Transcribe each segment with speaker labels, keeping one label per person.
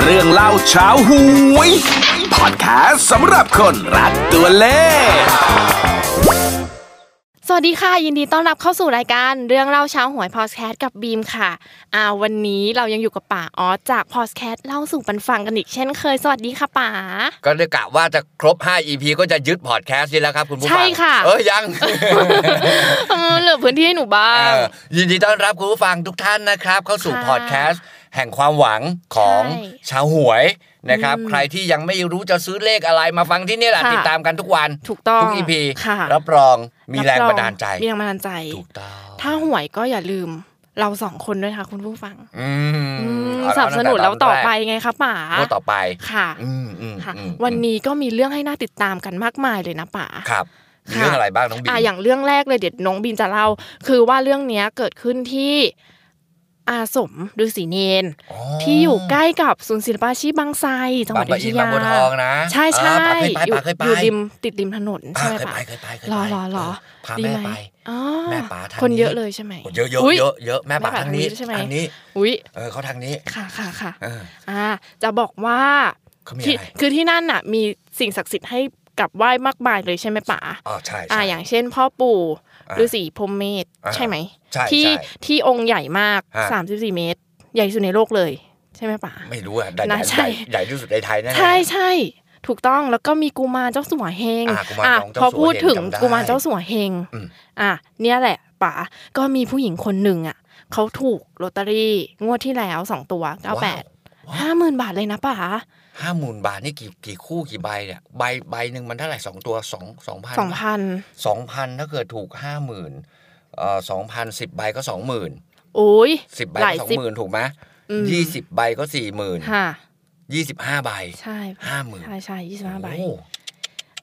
Speaker 1: เรื่องเล่าเช้าหวยพอดแคสต์สำหรับคนรักตัวเลข
Speaker 2: สวัสดีค่ะยินดีต้อนรับเข้าสู่รายการเรื่องเล่าเช้าหวยพอดแคสต์กับบีมค่ะอ่าวันนี้เรายังอยู่กับป๋าออสจากพอดแคสต์เล่าสู่ปันฟังกันอีกเช่นเคยสวัสดีค่ะป๋า
Speaker 3: ก็ได้กะว่าจะครบ 5 EP ก็จะยึดพอดแคสต์นี่แล้วครับคุณผู้ฟัง
Speaker 2: ใช่ค่ะ
Speaker 3: เอ้ยยัง
Speaker 2: เออเหลือพื้นที่ให้หนูบ้าง
Speaker 3: เออยินดีต้อนรับคุณผู้ฟังทุกท่านนะครับ เข้าสู่
Speaker 2: ค่ะ
Speaker 3: พอดแคสต์แห่งความหวังของ
Speaker 2: ใช่
Speaker 3: ชาวหวยนะครับ
Speaker 2: อืม
Speaker 3: ใครที่ยังไม่รู้จะซื้อเลขอะไรมาฟังที่นี่แหละ
Speaker 2: ค่ะ
Speaker 3: ติดตามกันทุกวัน
Speaker 2: ถูกต้อง
Speaker 3: ทุก EP
Speaker 2: ค่ะ
Speaker 3: รับรองมีแรง
Speaker 2: อ
Speaker 3: บันดาลใจ
Speaker 2: มีแรงบันดาลใจ
Speaker 3: ถูกต้อง
Speaker 2: ถ้าหวยก็อย่าลืมเราสองคนด้วยค่ะ คุณผู้ฟัง
Speaker 3: อืม
Speaker 2: อืม
Speaker 3: เอา
Speaker 2: สนับ
Speaker 3: ละ
Speaker 2: สนุนเราต่อไปไงคะป๋า
Speaker 3: เอาละต่อไป
Speaker 2: ค่ะ
Speaker 3: อืมอืม
Speaker 2: ค่ะ
Speaker 3: อืม
Speaker 2: วันนี้ก็มีเรื่องให้น่าติดตามกันมากมายเลยนะป๋า
Speaker 3: ครับมี
Speaker 2: ค่ะ
Speaker 3: เรื่องอะไรบ้างน้องบี
Speaker 2: อ่ะอย่างเรื่องแรกเลยเดี๋ยวน้องบีนจะเล่า คือว่าเรื่องเนี้ยเกิดขึ้นที่อาสมฤาษีเนน
Speaker 3: อ๋
Speaker 2: ที่อยู่ใกล้กับศูนย์ศิลปาชีพบางไทรจังห
Speaker 3: บา
Speaker 2: วั
Speaker 3: ง
Speaker 2: ดอ
Speaker 3: ปะ
Speaker 2: ยุ
Speaker 3: อิ
Speaker 2: ธ
Speaker 3: นบาง
Speaker 2: ยา
Speaker 3: บัวทองนะ
Speaker 2: ใช่ใช่
Speaker 3: เออปะ
Speaker 2: อ
Speaker 3: เคยไป
Speaker 2: ยู่
Speaker 3: ปะเคยไป
Speaker 2: อยู่ริมติดริมถนนใช่
Speaker 3: อ่ะ
Speaker 2: ไหม
Speaker 3: เคยไป
Speaker 2: ปะ
Speaker 3: เคยไปเคย
Speaker 2: หรอ
Speaker 3: ไป
Speaker 2: หรอหรอ
Speaker 3: พา
Speaker 2: ดี
Speaker 3: แม่
Speaker 2: ไหม
Speaker 3: ไป
Speaker 2: อ๋อ
Speaker 3: แม่ป๋าทางนี้
Speaker 2: คนเยอะเลยใช่ไหม
Speaker 3: เยอะเยอะ
Speaker 2: อุ๊
Speaker 3: เยอะเยอะแม่
Speaker 2: แม่
Speaker 3: ป๋า
Speaker 2: ป๋า
Speaker 3: ทางนี้
Speaker 2: ทางนี้ใช่ไหม
Speaker 3: ทางนี้
Speaker 2: อุ้ย
Speaker 3: เออเขาทางนี้
Speaker 2: ค่ะค่ะค่ะ
Speaker 3: เออ
Speaker 2: อ่าจะบอกว่า
Speaker 3: เขามี
Speaker 2: ที่
Speaker 3: อะไร
Speaker 2: คือที่นั่นน่ะ มีสิ่งศักดิ์สิทธิ์ให้กลับไหว้มากมายเลยใช่ไหมป๋า
Speaker 3: อ๋อใช่
Speaker 2: อ่า
Speaker 3: ใช่
Speaker 2: อย่างเช่น พ่อปู่
Speaker 3: อ่า
Speaker 2: ฤาษีพรหมเมธ
Speaker 3: อ่า
Speaker 2: ใช่ไหม
Speaker 3: ใช่
Speaker 2: ที่
Speaker 3: ใช่
Speaker 2: ที่องค์ใหญ่มาก
Speaker 3: ฮะ
Speaker 2: 34 เมตร ใหญ่ที่สุดในโลกเลย ใช่ไหมป๋า
Speaker 3: ไม่รู้อ่ะใหญ่
Speaker 2: น่า
Speaker 3: ให
Speaker 2: ใช่
Speaker 3: ญ่ใหญ่ที่สุดในไทยแน่ๆ
Speaker 2: ใช่ใช่ถูกต้องแล้วก็มีกุมารเจ้าสัวเฮง
Speaker 3: อ่ะกุมาร
Speaker 2: ะ
Speaker 3: น้องเจ้า
Speaker 2: พอพูดถึง
Speaker 3: สัวเฮงจำได้
Speaker 2: กุมารเจ้าสัวเฮง
Speaker 3: อืม
Speaker 2: อ่ะเนี่ยแหละป๋าก็มีผู้หญิงคนหนึ่งอ่ะเขาถูกลอตเตอรี่งวดที่แล้วสองตัวเก้าแปดห้าหมื่นบาทเลยนะป๋า
Speaker 3: ห้าหมื่นบาทนี่กี่กี่คู่กี่ใบเนี่ยใบใบหนึ่งมันเท่าไหร่สองตัวสองสองพัน
Speaker 2: สองพัน
Speaker 3: สองพันถ้าเกิดถูกห้าหมื่นเอ่อสองพันสิบใบก็สองหมื่น
Speaker 2: โอ้ย
Speaker 3: สิบใบ
Speaker 2: หลาย
Speaker 3: ก็สอง
Speaker 2: สิบ
Speaker 3: หมื่นถูกไหม
Speaker 2: อืม
Speaker 3: ยี่สิบใบก็สี่หมื่น
Speaker 2: ค่ะ
Speaker 3: ยี่สิบห้าใบ
Speaker 2: ใช่
Speaker 3: ห้าหมื่น
Speaker 2: ใช่ใช่ยี่สิบห้าใบ
Speaker 3: โอ้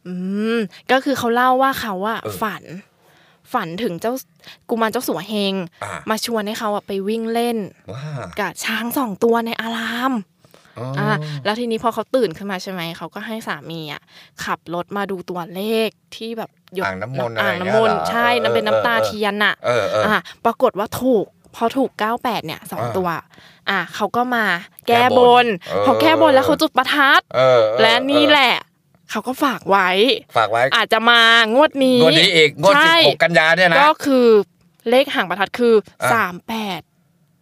Speaker 2: อืมก็คือเขาเล่าว่าเขาอะ
Speaker 3: เออ
Speaker 2: ฝัน ฝันถึงเจ้ากุมารเจ้าสัวเฮง
Speaker 3: อ่ะ
Speaker 2: มาชวนให้เขาอะไปวิ่งเล่น
Speaker 3: ว้า
Speaker 2: กับช้างสองตัวในอาราม
Speaker 3: อ๋ออ
Speaker 2: อ่าแล้วทีนี้พอเขาตื่นขึ้นมาใช่ไหมเขาก็ให้สามีอะขับรถมาดูตัวเลขที่แบบหยด
Speaker 3: อ่างน้ำมนต์
Speaker 2: อ่าง
Speaker 3: อะไรอย่างเงี้ย
Speaker 2: น้ำมนต์
Speaker 3: เหรอ
Speaker 2: ใช่
Speaker 3: เออ
Speaker 2: นั่นเป็น
Speaker 3: เออ
Speaker 2: น้ำตา
Speaker 3: เออ
Speaker 2: เทียนอะ
Speaker 3: เออเอออ
Speaker 2: ่าปรากฏว่าถูกพอถูก 98 เนี่ยสอง
Speaker 3: อ่า
Speaker 2: ตัว อ่าเขาก็มาแก้
Speaker 3: แก้
Speaker 2: บบ น
Speaker 3: น
Speaker 2: พอแก้บน
Speaker 3: เออ
Speaker 2: แล้วเขาจุดประทัด
Speaker 3: เออเออ
Speaker 2: และนี่แห
Speaker 3: เอ
Speaker 2: ละเขาก็ฝากไว้
Speaker 3: อฝากไว้
Speaker 2: อาจจะมางวดนี้
Speaker 3: งวดนี้อีกงวด
Speaker 2: ใช่
Speaker 3: สิบหกกันยาเนี่ยนะ
Speaker 2: ก็คือเลขห่างประทัดคืออา สามแปด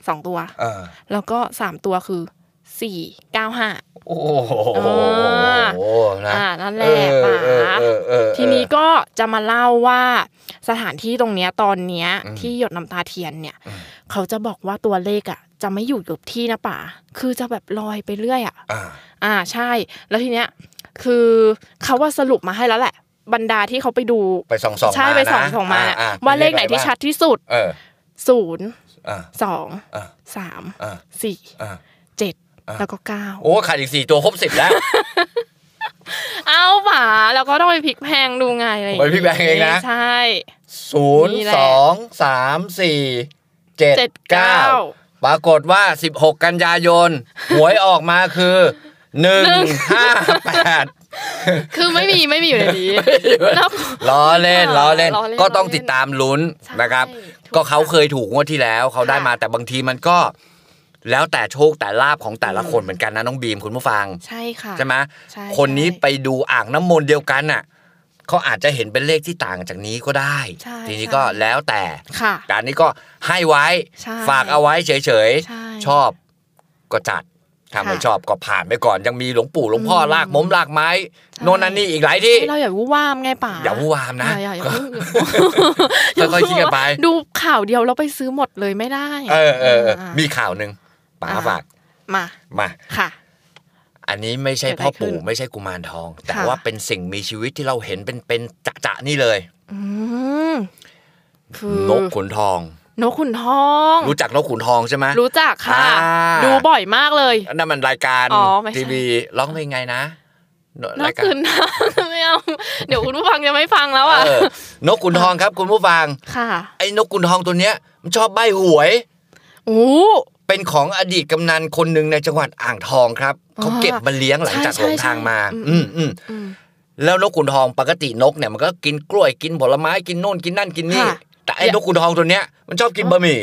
Speaker 2: สองตัว
Speaker 3: เออ
Speaker 2: แล้วก็สามตัวคือสี่เก้าห้า
Speaker 3: โอ้โ
Speaker 2: อ่า
Speaker 3: หนะ
Speaker 2: อ่านั่นแห
Speaker 3: เอ
Speaker 2: ละ
Speaker 3: อ
Speaker 2: ป๋า
Speaker 3: เออเออเออ
Speaker 2: ทีนี้ก็จะมาเล่าว่าสถานที่ตรงเนี้ยตอนเนี้ย
Speaker 3: อืม
Speaker 2: ที่หยดน้ำตาเทียนเนี่ย
Speaker 3: อืม
Speaker 2: เขาจะบอกว่าตัวเลขอ่ะ จะไม่อยู่กับที่นะป่า คือจะแบบลอยไปเรื่อยอ่ะ
Speaker 3: อ่า
Speaker 2: อ่าใช่ แล้วทีเนี้ยคือเขาว่าสรุปมาให้แล้วแหละ บรรดาที่เขาไปดู
Speaker 3: ไปสองสอง
Speaker 2: ใช่ไปส่องส่องมา
Speaker 3: อ่
Speaker 2: ว่าเลขไหนที่ชัดที่สุด
Speaker 3: เออ
Speaker 2: ศูนย์
Speaker 3: อ่า
Speaker 2: สอง
Speaker 3: อ่า
Speaker 2: สาม
Speaker 3: อ่า
Speaker 2: สี่
Speaker 3: อ่า
Speaker 2: เจ็ด
Speaker 3: อ่ะ
Speaker 2: แล้วก็เก้า
Speaker 3: โอ้ขาดอีกสี่ตัวครบสิบแล้ว
Speaker 2: เอาป่าแล้วก็ต้องไปพลิกแพงดูไงอะไรอย่า
Speaker 3: ไปพลิกแพงเองนะ
Speaker 2: ใช่
Speaker 3: ศูนย์
Speaker 2: นี่แหละ
Speaker 3: สองสามสี่เจ็ด
Speaker 2: เจ็ด
Speaker 3: เก้า
Speaker 2: เก้า
Speaker 3: ปรากฏว่าสิบหกกันยายน หวยออกมาคือหนึ่ง
Speaker 2: หนึ่ง
Speaker 3: ห้าแปด
Speaker 2: คือไม่มีไม่มีอยู่ใน นี้แล้ว
Speaker 3: ล้อเล่น ล้อเล่น
Speaker 2: ล้อเล่น
Speaker 3: ก็ต้องติดตามลุ้น
Speaker 2: ใช่
Speaker 3: นะครับ
Speaker 2: ถูก
Speaker 3: ก็เขาเคยถูกงวดที่แล้วเขาได้มา
Speaker 2: ค่ะ
Speaker 3: แต่บางทีมันก็ แล้วแต่โชคแต่ลาบของแต่ละคนเหมือนกันนะน้องบีมคุณผู้ฟัง
Speaker 2: ใช่ค่ะ
Speaker 3: ใช่ไหม
Speaker 2: ใช่
Speaker 3: คนนี้
Speaker 2: ใช่
Speaker 3: ไปดูอ่างน้ำมนต์เดียวกันน่ะเขาอาจจะเห็นเป็นเลขที่ต่างจากนี้ก็ได้
Speaker 2: ใช่
Speaker 3: ทีนี้
Speaker 2: ใช่
Speaker 3: ก็แล้วแต่
Speaker 2: ค่ะ
Speaker 3: การนี้ก็ให้ไว้
Speaker 2: ใช่
Speaker 3: ฝากเอาไว้เฉย
Speaker 2: ใช่
Speaker 3: ๆชอบก็จัดถ้า
Speaker 2: ค่ะ
Speaker 3: ไม่ชอบก็ผ่านไปก่อนยังมีหลวงปู่หลวงพ่อ
Speaker 2: ม
Speaker 3: ลากมมลากไม้
Speaker 2: ช่
Speaker 3: โน่นนั่นนี่อีกหลายที่
Speaker 2: ให้เราอย่าวู่วามไงป่า
Speaker 3: อย่าวู่วามนะ
Speaker 2: อย่าอย่าอย่าอย่า
Speaker 3: ค่อยๆคิดกันไป
Speaker 2: ดูข่าวเดียวแล้วไปซื้อหมดเลยไม่ได้
Speaker 3: เออเออเออ
Speaker 2: อ่ะ
Speaker 3: มีข่าวหนึ่งป๋าฝาก
Speaker 2: มา
Speaker 3: มา
Speaker 2: ค่ะ
Speaker 3: อันนี้ไม่ใช่พ่อ
Speaker 2: เกิดอะไรขึ้น
Speaker 3: ปู่ไม่ใช่กุมารทอง แต่
Speaker 2: ค่ะ
Speaker 3: ว่าเป็นสิ่งมีชีวิตที่เราเห็นเป็นเป็นจะจะๆนี่เลย
Speaker 2: อืมคือน
Speaker 3: กขุนทอง
Speaker 2: นกขุนทอง
Speaker 3: รู้จักนกขุนทองใช่ไหม
Speaker 2: รู้จักค่ะ
Speaker 3: อ่า
Speaker 2: ดูบ่อยมากเลย
Speaker 3: นั่นมันรายการ
Speaker 2: อ๋อไม่ใช่
Speaker 3: ทีวีร้องเพลงไงนะ
Speaker 2: นกคืนนะ ไม่เอา เดี๋ยวคุณผู้ฟังจะไม่ฟังแล้วอ่ะ
Speaker 3: เออนกขุนทองครับคุณผู้ฟัง
Speaker 2: ค่ะ
Speaker 3: ไอ้นกขุนทองตัวเนี้ยมันชอบใบหวย
Speaker 2: โอ้
Speaker 3: เป็นของอดีตกำนันคนหนึ่งในจังหวัดอ่างทองครับ
Speaker 2: อ๋อ
Speaker 3: เขาเก็บมาเลี้ยงหลังจาก
Speaker 2: ใช่
Speaker 3: หลงทางมา
Speaker 2: ใช่ใช่
Speaker 3: อืมอืม
Speaker 2: อืม
Speaker 3: แล้วนกขุนทองปกตินกเนี่ยมันก็กินกล้วยกินผลไม้กินโน่นกินนั่นกินนี่
Speaker 2: ค่ะ
Speaker 3: แต่ไอ้
Speaker 2: อย่าน
Speaker 3: กขุนทองตัวเนี้ยมันชอบกินบะหมี่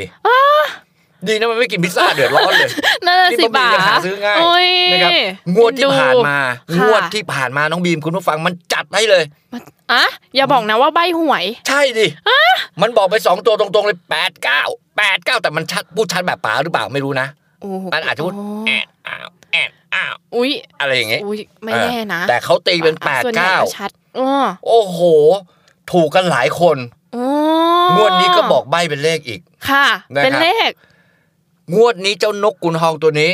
Speaker 3: ดีนะมันไม่กินพิซซ่าเดือดร้อน เลย
Speaker 2: นั่นน่ะสิ
Speaker 3: ที่บี
Speaker 2: บาม
Speaker 3: เนี่ยหาซื้อง่าย
Speaker 2: โอ้ย
Speaker 3: นะครับงวดที่ผ่านมา
Speaker 2: ค่ะ
Speaker 3: งวดที่ผ่านมาน้องบีมคุณผู้ฟังมันจัดให้เลย
Speaker 2: อ่ะอย่าบอกนะว่าใบหวย
Speaker 3: ใช่ดิมันบอกไปสองตัวตรงๆเลยแปดเก้าแปดเก้าแต่มันชัดพูดชัดแบบป๋าหรือเปล่าไม่รู้นะ
Speaker 2: โอ้โห
Speaker 3: มันอาจจะพูด
Speaker 2: โ
Speaker 3: แอดอ้าวแอดอ้าว
Speaker 2: อุ้ย
Speaker 3: อะไรอย่างเงี้ย
Speaker 2: อุ้ยไม่แน่นะ
Speaker 3: แต่เขาตีเป็นแปด
Speaker 2: ส่วนใหญ่
Speaker 3: เก้า
Speaker 2: จะชัดอ๋อ
Speaker 3: โอ้โห ถูกกันหลายคน
Speaker 2: อ๋อง
Speaker 3: วดนี้ก็บอกใบเป็นเลขอีก
Speaker 2: ค่ะ
Speaker 3: นะครับ
Speaker 2: เป็นเลข
Speaker 3: งวดนี้เจ้านกกุนทองตัวนี้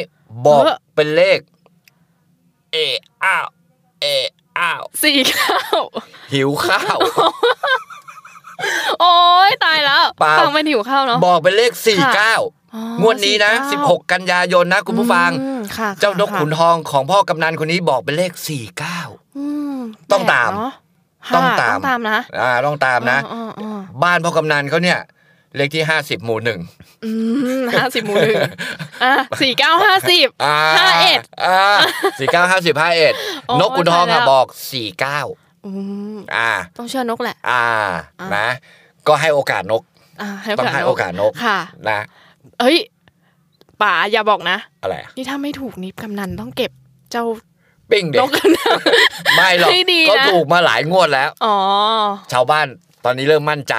Speaker 3: บอก
Speaker 2: เออ
Speaker 3: เป็นเลข เออ้าวเออ้าว
Speaker 2: สี่เก้า
Speaker 3: หิวข้าว
Speaker 2: โอ้ยตายแล้ว
Speaker 3: เปล่า
Speaker 2: ฟังเป็นหิวข้าวเนาะ
Speaker 3: บอกเป็นเลขสี่
Speaker 2: ค่ะ
Speaker 3: เก้า
Speaker 2: อ๋อง
Speaker 3: วดนี้นะสิบหกกันยายนนะ คุณผู้ฟัง
Speaker 2: อืมค่ะค่ะ
Speaker 3: เจ้านกขุนทองของพ่อกำนันคนนี้บอกเป็นเลขสี่เก้า
Speaker 2: อืม
Speaker 3: ต้อง
Speaker 2: แปลก
Speaker 3: ตาม
Speaker 2: เนะ
Speaker 3: ต้อง
Speaker 2: ค่ะ
Speaker 3: ตาม
Speaker 2: ต้องตามนะ
Speaker 3: อ่าต้องตามนะ
Speaker 2: อ๋ออ๋ออ๋อ
Speaker 3: บ้านพ่อกำนันเขาเนี่ย เลขที่ห้าสิบหมู่หนึ่ง
Speaker 2: อืมห้าสิบหมูห นึ่งอ่ะสี่เก้าห้าสิบ
Speaker 3: อ่า
Speaker 2: ห้าเอ็ด
Speaker 3: อ่าสี่เก้าห้าสิบห้าเอ็ด
Speaker 2: โอ้
Speaker 3: นกกุนทอง
Speaker 2: ตายแล้
Speaker 3: อะ
Speaker 2: ว
Speaker 3: บอกสี่เก้า
Speaker 2: อืม
Speaker 3: อ่า
Speaker 2: ต้องเชื่อนกแหละ
Speaker 3: อ่า
Speaker 2: อ่าน
Speaker 3: นะ ก็ให้โอกาสนก
Speaker 2: อ่ะ
Speaker 3: ต้องให้โอกาสนก
Speaker 2: ค่ะ
Speaker 3: นะ
Speaker 2: เอ้ยป๋าอย่าบอกนะ
Speaker 3: อะไรอะ
Speaker 2: นี่ถ้าไม่ถูกนิบกำนันต้องเก็บเจ้า
Speaker 3: ปิ้งเด็
Speaker 2: น
Speaker 3: ก
Speaker 2: กกันนะ
Speaker 3: ไม่หรอก
Speaker 2: ให้ดีนะ
Speaker 3: ก็ถูกมาหลายงวดแล้ว
Speaker 2: อ๋อ
Speaker 3: ชาวบ้านตอนนี้เริ่มมั่นใจ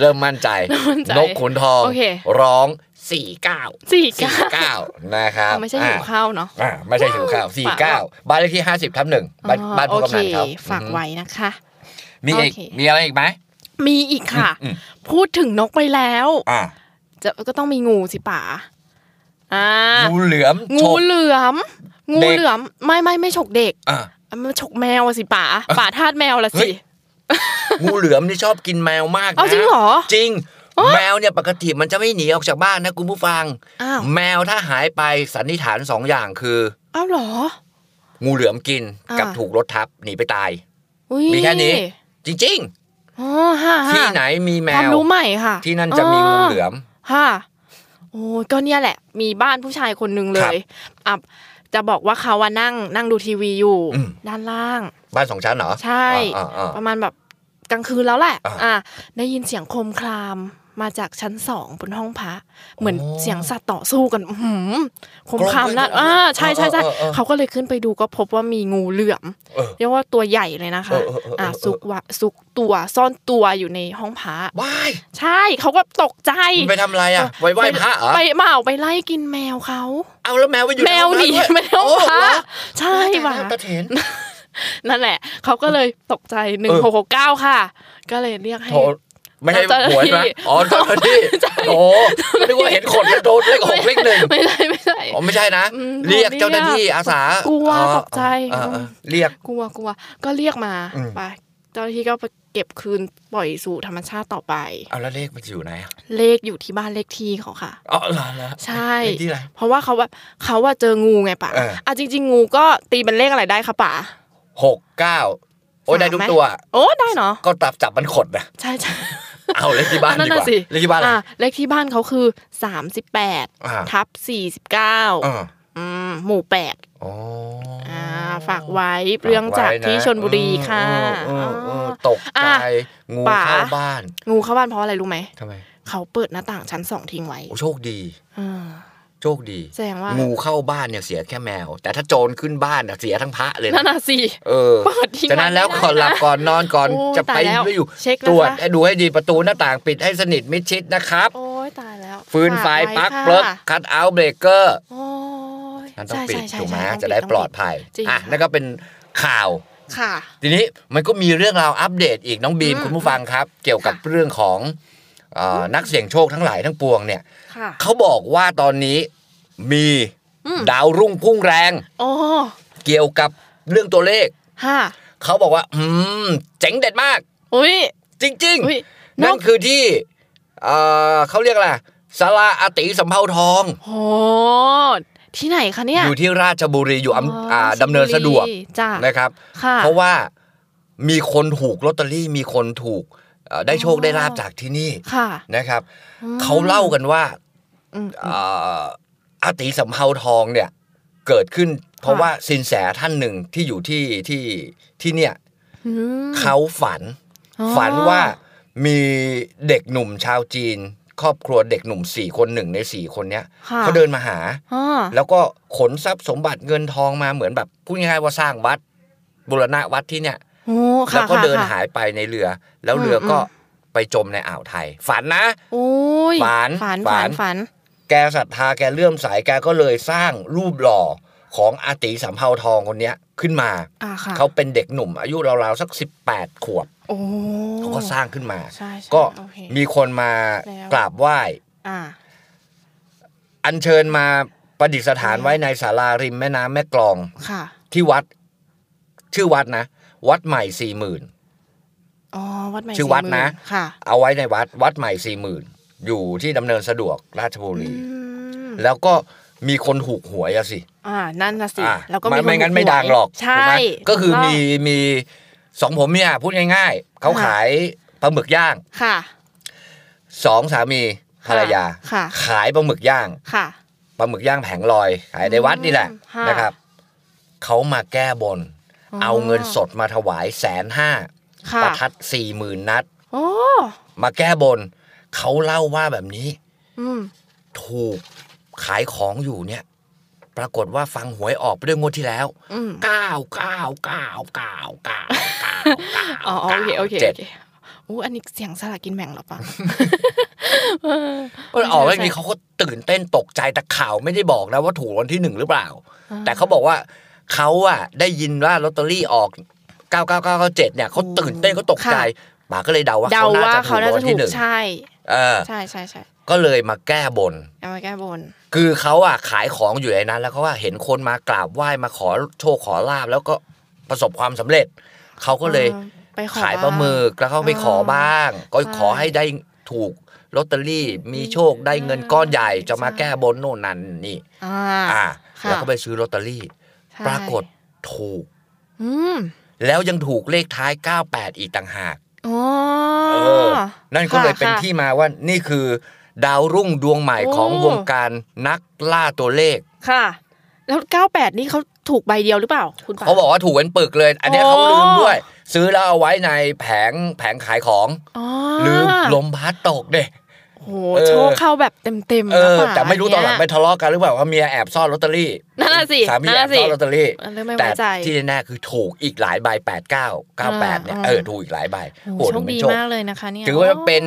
Speaker 3: เริ่มมั่นใจ
Speaker 2: เริ่มมั่นใจ
Speaker 3: นกขุนทอง
Speaker 2: โอเค
Speaker 3: ร้องสี่เก้า
Speaker 2: สี่
Speaker 3: สี่
Speaker 2: เก้า
Speaker 3: เก้านะครับ
Speaker 2: ไม่ใช่หิวข้าวเนาะ
Speaker 3: อ่าไม่ใช่หิวข้าวสี่
Speaker 2: ฝาก
Speaker 3: เก้า
Speaker 2: ไว้
Speaker 3: บ้านเลขที่ห้าสิบทับหนึ่งบ้าน
Speaker 2: อ๋อ
Speaker 3: บ้านพ่อกำนันเขา
Speaker 2: โอเคฝากไว้นะคะ
Speaker 3: มีอีก
Speaker 2: โอเค
Speaker 3: มีอะไรอีกไหม
Speaker 2: มีอีกค่ะ
Speaker 3: อืม
Speaker 2: พูดถึงนกไปแล้ว
Speaker 3: อ่า
Speaker 2: จะก็ต้องมีงูสิป๋าอ่า
Speaker 3: งูเหลือมฉ
Speaker 2: งู
Speaker 3: ก
Speaker 2: เหลือม งู
Speaker 3: เด็ก
Speaker 2: เหลือมไม่ไม่ไม่ฉกเด็ก
Speaker 3: อ่า
Speaker 2: อ่ะมันฉกแมวอะสิป๋าป๋าทาสแมวละ
Speaker 3: เฮ้
Speaker 2: สิ
Speaker 3: ย งูเหลือมนี่ชอบกินแมวมากนะ
Speaker 2: เอาจริงเหรอ
Speaker 3: จริง
Speaker 2: อ๋อ
Speaker 3: แมวเนี่ยปกติมันจะไม่หนีออกจากบ้านนะคุณผู้ฟัง
Speaker 2: อ้าว
Speaker 3: แมวถ้าหายไปสันนิษฐานสองอย่างคือ
Speaker 2: เอ้าเหรอ
Speaker 3: งูเหลือมกิน
Speaker 2: อ่ากั
Speaker 3: กับถูกรถทับหนีไปตาย
Speaker 2: อุ๊ย
Speaker 3: มีแค่นี้ จริง
Speaker 2: อ๋อฮ่า
Speaker 3: ๆ
Speaker 2: ฮ่า
Speaker 3: ที่ไหนมีแม
Speaker 2: ความ
Speaker 3: ว
Speaker 2: รู้ใหม่ค่ะ
Speaker 3: ที่นั่นจะมี
Speaker 2: อ๋อ
Speaker 3: งูเหลือม
Speaker 2: ค่ะ โอ้ยก็เนี่ยแหละ มีบ้านผู้ชายคนหนึ่งเล
Speaker 3: ครับ
Speaker 2: ยอ่ะจะบอกว่าเขาว่านั่งนั่งดูทีวีอยู่
Speaker 3: อืม
Speaker 2: ด้านล่าง
Speaker 3: บ้านสองชั้นเหรอ
Speaker 2: ใช่
Speaker 3: อ่าอ่า
Speaker 2: ป
Speaker 3: อ่า
Speaker 2: ระมาณแบบกลางคืนแล้วแหละ
Speaker 3: อ่ะ
Speaker 2: อ่ะได้ยินเสียงโครมครามมาจากชั้นสองบนห้องพระ เหมือน
Speaker 3: โอ้
Speaker 2: เสียงสัตว์ต่อสู้กันอื้อหืมโครมครามนะ
Speaker 3: โครมคราม
Speaker 2: อ่าใช่ใช่ใช่
Speaker 3: เออเออเออ
Speaker 2: เขาก็เลยขึ้นไปดูก็พบว่ามีงูเหลือม
Speaker 3: เออ
Speaker 2: เรียกว่าตัวใหญ่เลยนะคะ
Speaker 3: เออเออเออเออ
Speaker 2: อ่ะซุกวะซุกตัวซ่อนตัวอยู่ในห้องพระ
Speaker 3: ว้าย
Speaker 2: ใช่เขาก็ตกใจ
Speaker 3: มันไปทำอะไรอ่ะไปไหว้พระเหรอ
Speaker 2: ไปเมาไปไล่กินแมวเขา
Speaker 3: เอาแล้วแมวไปอยู่
Speaker 2: แมวหนี
Speaker 3: ใ
Speaker 2: แมว
Speaker 3: ห้อง
Speaker 2: พ
Speaker 3: พระ
Speaker 2: ระ
Speaker 3: ด้วย
Speaker 2: ใช่
Speaker 3: โอ้โห
Speaker 2: ว่ะ
Speaker 3: ตายแล้วตะเถน
Speaker 2: นั่นแหละ เขาก็เลยตกใจหนึ่งหกหกเก้าค่ะ ก็เลยเรียกให้
Speaker 3: โทรไม่ใช่
Speaker 2: เจ้าหน้า
Speaker 3: หวยนะ
Speaker 2: ที่
Speaker 3: อ๋อเจ้าหน้าที่โอ้โหนึกว่าเห็นขนแล้วโดนเลขหกเลขหนึ่ง
Speaker 2: ไม่ใช่ไม่ใช่
Speaker 3: อ๋อไม่ใช่นะ
Speaker 2: อืม
Speaker 3: เรียกเจ้าหน้าที่อาสาก ก
Speaker 2: ลัวตกใจ
Speaker 3: เรียก
Speaker 2: กลัวกลัวก็เรียกมา
Speaker 3: อืม
Speaker 2: ไปเจ้าหน้าที่ก็ไปเก็บคืนปล่อยสู่ธรรมชาติต่อไป
Speaker 3: เอาแล้วเลขมันอยู่ไหนอะ
Speaker 2: เลขอยู่ที่บ้านเลขที่เขาค่ะ
Speaker 3: อ๋อเหรอเหรอ
Speaker 2: ใช่
Speaker 3: เลขที่อะไร
Speaker 2: เพราะว่าเขาว่าเขาว่าเจองูไงป่ะ
Speaker 3: เอออ่
Speaker 2: อ่ะจริง ๆ งูก็ตีเป็นเลขอะไรได้คะป่ะ
Speaker 3: หกเก้าโอ้ย
Speaker 2: สาม
Speaker 3: ได้ทุก
Speaker 2: ไหม
Speaker 3: ตัว
Speaker 2: โอ้ได้เนาะ
Speaker 3: ก็จับจับมันขดนะ
Speaker 2: ใช่ใช่
Speaker 3: เอาเลขที่บ้าน
Speaker 2: นั่
Speaker 3: ดี
Speaker 2: น
Speaker 3: ก
Speaker 2: น่ะ
Speaker 3: ว่า
Speaker 2: สิ
Speaker 3: เลขที่บ้านอะไร
Speaker 2: อ่ะเลขที่บ้านเขาคือ
Speaker 3: อ่า
Speaker 2: 38ทับ49
Speaker 3: อ่า
Speaker 2: อืมหมู่
Speaker 3: อ๋อ
Speaker 2: 8
Speaker 3: อ
Speaker 2: อ่าฝากไว้เรื่องจากที่ชนบุรีค่ะ
Speaker 3: เออเออเออ
Speaker 2: อ๋อ
Speaker 3: ตกใจ
Speaker 2: อ่ะ
Speaker 3: งู
Speaker 2: ป๋า
Speaker 3: เข้าบ้าน
Speaker 2: งูเข้าบ้านเพราะอะไรรู้ไหม
Speaker 3: ทำไม
Speaker 2: เขาเปิดหน้าต่างชั้นสองทิ้งไว้
Speaker 3: โอ้โชคดี
Speaker 2: อ่า
Speaker 3: โชคดี
Speaker 2: แสดงว่า
Speaker 3: งูเข้าบ้านเนี่ยเสียแค่แมว แต่ถ้าโจรขึ้นบ้านน่ะเสียทั้งพระเลย
Speaker 2: นั่น
Speaker 3: นะ
Speaker 2: น่ะสิ
Speaker 3: เออ
Speaker 2: เปิดทิ้งไว้
Speaker 3: จากนั้นแล้ว
Speaker 2: ไม่ได้
Speaker 3: ก่อนหลับก่อนนอนก่อน
Speaker 2: โอ้ย
Speaker 3: จะไป
Speaker 2: ตายแล้ว
Speaker 3: ไม่อยู่
Speaker 2: เช็คนะคะ
Speaker 3: ตรวจให้ดูให้ดีประตูหน้าต่างปิดให้สนิทมิดชิดนะครับ
Speaker 2: โอ้ยตายแล้ว
Speaker 3: ฟืนไฟ
Speaker 2: ฝว้
Speaker 3: ปลั๊ก
Speaker 2: ค่ะ
Speaker 3: เปลั๊กคัตเอาท์เบรกเกอร์
Speaker 2: โอ้ย
Speaker 3: นั่นต้อง
Speaker 2: ใช่
Speaker 3: ปิด
Speaker 2: ใช่ใช่
Speaker 3: ถูกไหม
Speaker 2: ใช่ต้อง
Speaker 3: จะได้
Speaker 2: ต้อง
Speaker 3: ปลอดภัย
Speaker 2: จริง
Speaker 3: อ่ะ
Speaker 2: ค่ะ
Speaker 3: นั่นก็เป็นข่าว
Speaker 2: ค่ะ
Speaker 3: ทีนี้มันก็มีเรื่องราวอัปเดตอีกน้องบีม
Speaker 2: อืม
Speaker 3: คุณผู้ฟังครับ เกี่ยวกับ
Speaker 2: ค่ะ
Speaker 3: เรื่องของเอ่อนักเสี่ยงโชคทั้งหลายทั้งปวงเนี่ย
Speaker 2: ค่ะ
Speaker 3: เขาบอกว่าตอนนี้มี
Speaker 2: อืม
Speaker 3: ดาวรุ่งพุ่งแรง
Speaker 2: โอ้
Speaker 3: เกี่ยวกับเรื่องตัวเลข
Speaker 2: ฮ่า
Speaker 3: เขาบอกว่า อืม เจ๋งเด็ดมาก
Speaker 2: อุ้ย
Speaker 3: จริง
Speaker 2: อุ้ย
Speaker 3: ๆ นั่นคือที่เอ่อเขาเรียกอะไรสาราอาติสำเภาทอง
Speaker 2: โอ้ที่ไหนคะเนี่ย
Speaker 3: อยู่ที่ราชบุรีอยู่อำ่าดำเนินสะดวก
Speaker 2: จ้ะ
Speaker 3: นะครับ
Speaker 2: ค่ะ
Speaker 3: เพราะว่ามีคนถูกลอตเตอรี่มีคนถูกเอ่อได้โชค
Speaker 2: อ๋อ
Speaker 3: ได้ลาบจากที่นี่
Speaker 2: ค่ะ
Speaker 3: นะครับ
Speaker 2: อืม
Speaker 3: เขาเล่ากันว่า
Speaker 2: อืม
Speaker 3: เอ่ออาติสำเภาทองเนี่ย เกิดขึ้น เพราะ
Speaker 2: ค่ะ
Speaker 3: ว่าสินแสท่านหนึ่งที่อยู่ที่ที่ที่เนี่ย
Speaker 2: อืม
Speaker 3: เขาฝัน
Speaker 2: อ๋อ
Speaker 3: ฝันว่ามีเด็กหนุ่มชาวจีน ครอบครัวเด็กหนุ่มสี่คนหนึ่งในสี่คนเนี้ย
Speaker 2: ค่ะ
Speaker 3: เขาเดินมาหา
Speaker 2: อ๋อ
Speaker 3: แล้วก็ขนทรัพย์สมบัติเงินทองมาเหมือนแบบพูดง่ายๆว่าสร้างวัดบุรณะวัดที่เนี่ย
Speaker 2: โอ้ค่ะ
Speaker 3: แล้วก็
Speaker 2: ค่ะ
Speaker 3: เดิน
Speaker 2: ค่ะ
Speaker 3: หายไปในเรือ แล้ว
Speaker 2: อืม
Speaker 3: เรืออ
Speaker 2: ม
Speaker 3: ก็ไปจมในอ่าวไทย ฝันนะ
Speaker 2: โอ้ย
Speaker 3: ฝัน
Speaker 2: ฝัน
Speaker 3: ฝั
Speaker 2: ฝัน
Speaker 3: น
Speaker 2: ฝัน
Speaker 3: แกศรัทธาแกเลื่อมใสแกก็เลยสร้างรูปหล่อของอาติสำเภาทองคนเนี้ยขึ้นมา
Speaker 2: อ่าค่ะ
Speaker 3: เขาเป็นเด็กหนุ่มอายุราวๆสัก 18 ขวบ
Speaker 2: โอ้
Speaker 3: เขาก็สร้างขึ้นมา
Speaker 2: ใช่ใช่
Speaker 3: ก็
Speaker 2: โอเค
Speaker 3: มีคนมา
Speaker 2: แล้ว
Speaker 3: กราบไหว้
Speaker 2: อ่า
Speaker 3: อัญเชิญมาประดิษฐานไว้ในศาลาริมแม่น้ำแม่กลอง
Speaker 2: ค่ะ
Speaker 3: ที่วัด ชื่อวัดนะ วัดใหม่สี่หมื่น
Speaker 2: อ๋อ วัดใหม่
Speaker 3: ชื่อวัดนะ
Speaker 2: สี่หมื่ค่ะ
Speaker 3: เอาไว้ในวัดวัดใหม่สี่หมื่นอยู่ที่ดำเนินสะดวกราชบุรี
Speaker 2: อืม
Speaker 3: แล้วก็มีคนถูกหวยอะสิ
Speaker 2: อ่า นั่นนะสิ
Speaker 3: อ่ะ
Speaker 2: แล้วก็
Speaker 3: ไม่
Speaker 2: มี
Speaker 3: ไม่งั้น
Speaker 2: ค
Speaker 3: ไม่
Speaker 2: วย
Speaker 3: ดังหรอก
Speaker 2: ใช่
Speaker 3: ถูกไหมก็คือ
Speaker 2: ถูต้ง
Speaker 3: มีมีสองผมเนี่ยพูดง่ายๆ เขาขายปลาหมึกย่าง
Speaker 2: ค่ะ
Speaker 3: สองสามีภรรยา
Speaker 2: ค่ะ
Speaker 3: ขายปลาหมึกย่าง
Speaker 2: ค่ะ
Speaker 3: ปลาหมึกย่างแผงลอยขายในวัดนี่แหละ
Speaker 2: อืมค่ะ
Speaker 3: นะครับเขามาแก้บน
Speaker 2: อ๋อ
Speaker 3: เอาเงินสดมาถวายแสนห้า
Speaker 2: ค่ะ
Speaker 3: ประทัดสี่หมื่นนัด
Speaker 2: โอ้
Speaker 3: มาแก้บน เขาเล่าว่าแบบนี้
Speaker 2: อืม
Speaker 3: ถูกขายของอยู่เนี่ย ปรากฏว่าฟังหวยออกไปด้วยงวดที่แล้ว
Speaker 2: อืม
Speaker 3: เก้าเก้าเก้าเก้าเก้าเก้า
Speaker 2: อ๋อโอเคโอเค
Speaker 3: เจ็ด
Speaker 2: โอเคอู้อันนี้เสียงสลากกินแบ่งเหรอปะ
Speaker 3: เออออกแล้วนี้เขาก็ตื่นเต้นตกใจแต่ข่าวไม่ได้บอกนะว่าถูกวันที่หนึ่งหรือเปล่า แต่เขาบอกว่าเขาอะได้ยินว่าลอตเตอรี่ออก 99997 เนี่ยเขาตื่นเต้นเขาตกใจ
Speaker 2: ค่ะ
Speaker 3: ป๋าก็เลยเดาว่า
Speaker 2: เดา
Speaker 3: เขาน่า
Speaker 2: ว่าเขาน่าร
Speaker 3: จะถูกางวั
Speaker 2: จะ
Speaker 3: ล
Speaker 2: ถู
Speaker 3: ที่
Speaker 2: ก
Speaker 3: หนึ่ง
Speaker 2: ใช่
Speaker 3: เออ
Speaker 2: ใช่ใช่ใช่
Speaker 3: ก็เลยมาแก้บน
Speaker 2: เอามาแก้บน
Speaker 3: คือเขาอะขายของอยู่ในนั้น แล้วเขาว่าเห็นคนมากราบไหว้มาขอโชคขอลาบแล้วก็ประสบความสำเร็จ เขาก็เลย
Speaker 2: เออไปขอ
Speaker 3: ขายปลาหมึกแล้วเขาไปขอบ้าง ก็ขอให้ได้ถูกลอตเตอรี่มีโชคได้เงินก้อนใหญ่จะมา
Speaker 2: ใช่
Speaker 3: แก้บนโน่นนั่นนี่
Speaker 2: อ่า
Speaker 3: อ่า
Speaker 2: ค่ะ
Speaker 3: แล้วก็ไปซื้อลอตเตอรี่
Speaker 2: ใช่
Speaker 3: ปรากฏถูก
Speaker 2: อืม
Speaker 3: แล้วยังถูกเลขท้าย 98 อีกต่างหาก
Speaker 2: อ๋อ
Speaker 3: เออ นั่นก็เลยเป็น
Speaker 2: ค่ะ
Speaker 3: ที่มาว่านี่คือ ดาวรุ่งดวงใหม่
Speaker 2: โอ้
Speaker 3: ของวงการนักล่าตัวเลข
Speaker 2: ค่ะ แล้ว 98 นี่เขาถูกใบเดียวหรือเปล่า คุณปา
Speaker 3: เขาบอกว่าถูกเป็นปึกเลย อันเนี้ย
Speaker 2: โอ้
Speaker 3: เขาลืมด้วย ซื้อแล้วเอาไว้ในแผงแผงขายของ
Speaker 2: อ๋อ
Speaker 3: ลืมลมพัดตกเด้
Speaker 2: โอ้โห
Speaker 3: เออ
Speaker 2: โชคเข้าแบบเต็มๆ
Speaker 3: เอ
Speaker 2: นะ
Speaker 3: อ
Speaker 2: ป่า
Speaker 3: แต่ไม่รู้ตอนหลังไป
Speaker 2: เย
Speaker 3: ทะเลาะกันหรือเปล่าว่าเมียแอบซ่อนลอตเตอรี่
Speaker 2: นั่นน่ะสิ
Speaker 3: สามี
Speaker 2: นั่น
Speaker 3: แอ
Speaker 2: น่ะ
Speaker 3: บ
Speaker 2: สิ
Speaker 3: ซ่อนลอตเตอรี่
Speaker 2: เริ่มไม่
Speaker 3: แต่
Speaker 2: ไว้ใจ
Speaker 3: ที่แน่ๆคือถูกอีกหลายใบ8 9 9 8เนี่ย
Speaker 2: อ่า
Speaker 3: เออถูกอีกหลายใบ
Speaker 2: โอ้โห
Speaker 3: ห
Speaker 2: โชค
Speaker 3: มัน
Speaker 2: ดีมากเลยนะคะเนี่ย
Speaker 3: ถือว่าเป็น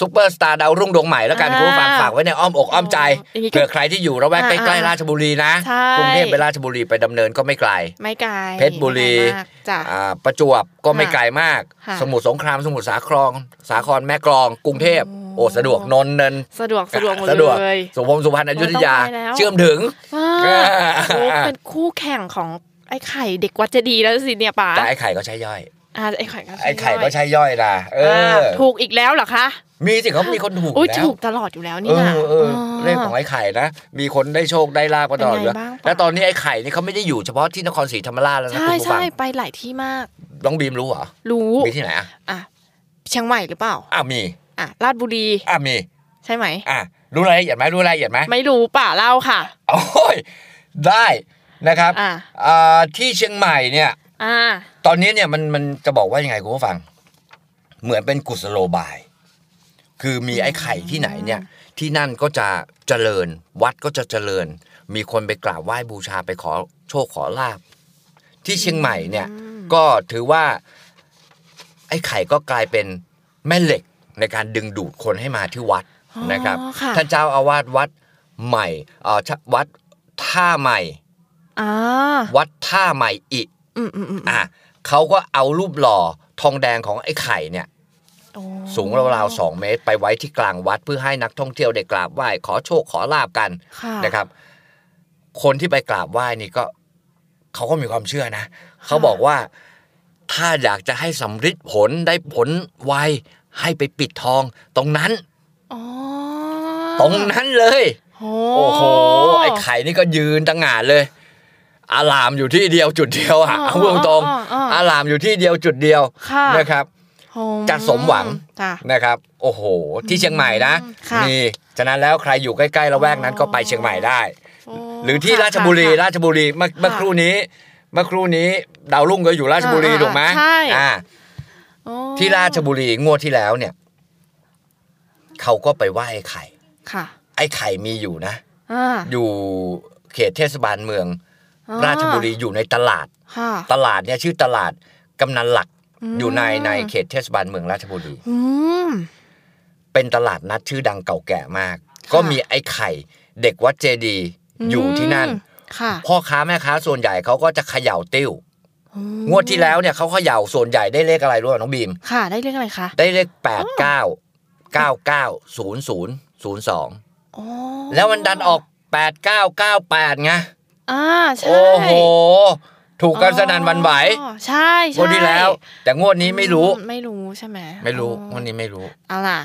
Speaker 3: ซูเปอร์สตาร์ดาวรุ่งดวงใหม่แล้วกัน
Speaker 2: อ่า
Speaker 3: คุณผู้ฟังฝากไว้ในอ้อมอกอ้อมใจ
Speaker 2: อย่างนี้ก็
Speaker 3: เผื่อใครที่อยู่ระแวกใก
Speaker 2: อ่า
Speaker 3: ล้ๆราชบุรีนะ
Speaker 2: ใช่
Speaker 3: กรุงเทพไปราชบุรีไปดำเนินก็ไม่ไกล
Speaker 2: ไม่ไกล
Speaker 3: เพชรบุรี
Speaker 2: ไม่ไกลมากจ้ะ
Speaker 3: อ่าประจวบก็ไม่ไกลมาก
Speaker 2: ค่ะ
Speaker 3: สมุทรสงครามสมุทรสาครสาครแม่กลอง กรุงเทพ
Speaker 2: โอ้
Speaker 3: โอ้สะดวกนนท์เนิน
Speaker 2: สะดวกสะดวกหมด
Speaker 3: สะดวก
Speaker 2: เลย
Speaker 3: สุพรรณสุพรรณอยุธยา
Speaker 2: ไม่ต้องไปแล้ว
Speaker 3: เชื่อมถึง
Speaker 2: ว้า
Speaker 3: อ่า
Speaker 2: โอ้เป็นคู่แข่งของไอ้ไข่เด็กวัดเจดีย์แล้วสิเนี่ยป๋า
Speaker 3: แต่ไอ้ไข่ก็ใช้ย่อย
Speaker 2: อ่าไอ้ไข่ก็ใช่
Speaker 3: ไอ้ไข่
Speaker 2: ย่ย
Speaker 3: ก็ใช้ย่อยนะเอออ
Speaker 2: ถูกอีกแล้วเหรอคะ
Speaker 3: มีสิเขามีคนถูก
Speaker 2: อุ้ย
Speaker 3: แล้ว
Speaker 2: ถูกตลอดอยู่แล้ว
Speaker 3: เอ
Speaker 2: นี่นะ
Speaker 3: อเออเลขของไอ้ไข่นะ มีคนได้โชคได้ลาบมาตลอด
Speaker 2: เป็นไง
Speaker 3: เลย
Speaker 2: บ้างปะ
Speaker 3: แล้วตอนนี้ไอ้ไข่นี่เขาไม่ได้อยู่เฉพาะที่นครศรีธรรมราชแล้วนะ
Speaker 2: ใช่
Speaker 3: คุณผู้ฟั
Speaker 2: ใช่
Speaker 3: ง
Speaker 2: ไปหลายที่มาก
Speaker 3: น้องบีมรู้เหรอ
Speaker 2: รู้
Speaker 3: มีที่ไหนอ่ะ
Speaker 2: อ่ะเชียงใหม่หรือเปล่า
Speaker 3: อ้าวมี
Speaker 2: อ่ะราชบุรี
Speaker 3: อ้าวมี
Speaker 2: ใช่ไหม
Speaker 3: อ่ะรู้รายละเอียดไหมรู้รายละเอียดไหม
Speaker 2: ไม่รู้ป่าเล่าค่ะ
Speaker 3: โอ้ยได้นะครับ
Speaker 2: อ่ะ
Speaker 3: อ่าที่เชียงใหม่เนี่ย
Speaker 2: อ่า
Speaker 3: ตอนนี้เนี่ยมันมันจะบอกว่ายังไงคุณผู้ฟัง เหมือนเป็นกุศโลบาย คือมีไอ้ไข่ที่ไหนเนี่ย ที่นั่นก็จะเจริญ วัดก็จะเจริญ มีคนไปกราบไหว้บูชาไปขอโชคขอลาบที่เชียงใหม่เนี่ย ก็ถือว่า ไอ้ไข่ก็กลายเป็นแม่เหล็กในการดึงดูดคนให้มาที่วัด
Speaker 2: อ๋อ
Speaker 3: นะครับ
Speaker 2: ค่ะ
Speaker 3: ท่านเจ้าอาวาสวัดใหม่เอ่อวัดท่าใหม่
Speaker 2: อ่า
Speaker 3: วัดท่าใหม่อิ
Speaker 2: อืมอืมอืม
Speaker 3: อ่ะเขาก็เอารูปหล่อทองแดงของไอ้ไข่เนี่ย
Speaker 2: โอ้
Speaker 3: สูงราวๆสองเมตร ไปไว้ที่กลางวัดเพื่อให้นักท่องเที่ยวได้กราบไหว้ขอโชคขอลาบกัน
Speaker 2: ค่ะ
Speaker 3: นะครับ คนที่ไปกราบไหว้นี่ก็เขาก็มีความเชื่อนะเขาบอกว่าถ้าอยากจะให้สำฤทธิ์ผลได้ผลไวให้ไปปิดทอง ตรงนั้น
Speaker 2: อ๋อ
Speaker 3: ตรงนั้นเลย
Speaker 2: โอ้
Speaker 3: โอ้โหไอ้ไข่นี่ก็ยืนตั้งงานเลย อารามอยู่ที่เดียวจุดเดียวอ่ะเอาพูดตรงๆอารามอยู่ที่เดียวจุดเดียว
Speaker 2: ค่ะ
Speaker 3: นะครับ
Speaker 2: โอ้
Speaker 3: จะสมหวัง
Speaker 2: จ้ะ
Speaker 3: นะครับ โอ้โห ที่เชียงใหม่นะ
Speaker 2: ค่ะ
Speaker 3: มีฉะนั้นแล้วใครอยู่ใกล้ๆละแวกนั้นก็ไปเชียงใหม่ได้
Speaker 2: โ
Speaker 3: หรือที่
Speaker 2: ค่ะ
Speaker 3: ราชบุรี
Speaker 2: ค่ะ
Speaker 3: ราชบุรีเมื่อเมื่อครู่นี้ เมื่อครู่นี้ดาวรุ่งก็อยู่ราชบุรี
Speaker 2: อ่า
Speaker 3: ถูกไหม
Speaker 2: ใช่
Speaker 3: อ่า
Speaker 2: โอ้
Speaker 3: ที่ราชบุรีงวดที่แล้วเนี่ย เขาก็ไปไหว้ไอ้ไข่
Speaker 2: ค่ะ
Speaker 3: ไอ้ไข่มีอยู่นะ
Speaker 2: อ่า
Speaker 3: อยู่เขตเทศบาลเมือง ราชบุรีอยู่ในตลาด
Speaker 2: ค่ะ
Speaker 3: ตลาดเนี่ยชื่อตลาดกำนันหลัก
Speaker 2: อืม
Speaker 3: อยู่ในในเขตเทศบาลเมืองราชบุรี
Speaker 2: อืม
Speaker 3: เป็นตลาดนัดชื่อดังเก่าแก่มาก ก็มีไอ้ไข่เด็กวัดเจดีย์อยู่ที่นั่น
Speaker 2: อืมค่ะ
Speaker 3: พ่อค้าแม่ค้าส่วนใหญ่เขาก็จะเขย่าติ้ว
Speaker 2: อืม
Speaker 3: งวดที่แล้วเนี่ยเขาเขย่าส่วนใหญ่ได้เลขอะไรรู้ป่ะน้องบีม
Speaker 2: ค่ะ ได้เรื่องอะไรคะ
Speaker 3: ได้เลขแปดเก้าเก้าเก้าศูนย์ศูนย์ศูนย์สอง
Speaker 2: โอ้
Speaker 3: แล้วมันดันออกแปดเก้าเก้าแปดไง
Speaker 2: อ่าใช่
Speaker 3: โอ้โห ถูกกันสนั่นหวันไหว
Speaker 2: อ๋อใช่
Speaker 3: ง
Speaker 2: ใช่
Speaker 3: วดที่แล้ว แต่งวดนี้ไม่รู้
Speaker 2: อืไม่รู้ใช่ไหม
Speaker 3: ไม่รู้
Speaker 2: อ๋อ
Speaker 3: วันนี้ไม่รู้
Speaker 2: เอาล่ะ